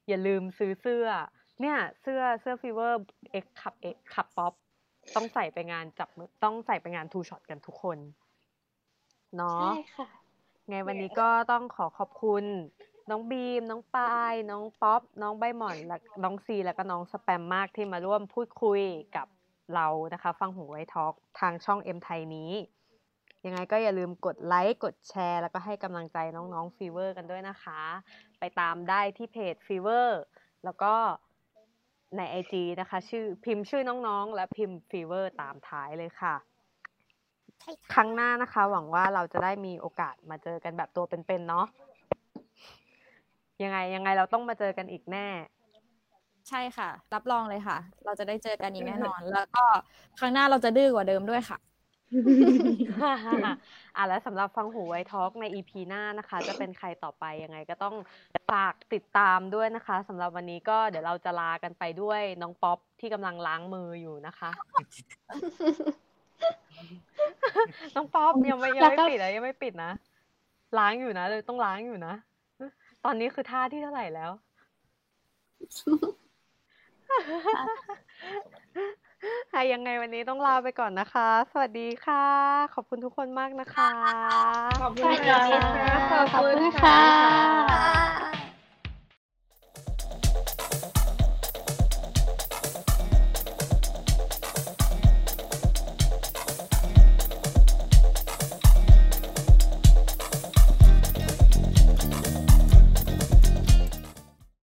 อย่าลืมซื้อเสื้อ เนี่ย เสื้อเสื้อฟีเวอร์เอ็กขับเอ็กขับป๊อปต้องใส่ไปงานจับมือต้องใส่ไปงานทูช็อตกันทุกคน เนาะ ใช่ค่ะ ไงวันนี้ก็ต้องขอขอบคุณ น้องบีม น้องปาย น้องป๊อป น้องใบหม่อนและน้องซีแล้วก็น้องสแปมมากที่มาร่วมพูดคุยกับเรานะคะ ฟังหูไว้ทอล์กทางช่องเอ็มไทยนี้ ยังไงก็อย่าลืมกดไลค์กดแชร์ แล้วก็ให้กำลังใจน้องๆฟีเวอร์กันด้วยนะคะ ไปตามได้ที่เพจฟีเวอร์แล้วก็ใน IG นะคะ ชื่อพิมพ์ชื่อน้องๆ และพิมพ์ฟีเวอร์ตามท้ายเลยค่ะ ครั้งหน้านะคะ หวังว่าเราจะได้มีโอกาสมาเจอกันแบบตัวเป็นๆเนาะยังไงยังไงเราต้องมาเจอกันอีกแน่ ใช่ค่ะ รับรองเลยค่ะ เราจะได้เจอกันอีกแน่ นอน แล้วก็ครั้งหน้าเราจะดื้อกว่าเดิมด้วยค่ะ อ่ะแล้วสำหรับฟังหูไวทอล์กใน EP หน้านะคะ จะเป็นใครต่อไปยังไงก็ต้องฝากติดตามด้วยนะคะสำหรับวันนี้ก็เดี๋ยวเราจะลากันไปด้วยน้องป๊อปที่กำลังล้างมืออยู่นะคะ น้องป๊อปยังไม่ยัง แล้ว ไม่ ก็ ปิดนะยังไม่ปิดนะล้างอยู่นะเลยต้องล้างอยู่นะตอนนี้คือท่าที่เท่าไหร่แล้ว ค่ะยังไงวันนี้ต้องลาไปก่อนนะคะ สวัสดีค่ะ ขอบคุณทุกคนมากนะคะ ขอบคุณค่ะ ขอบคุณค่ะ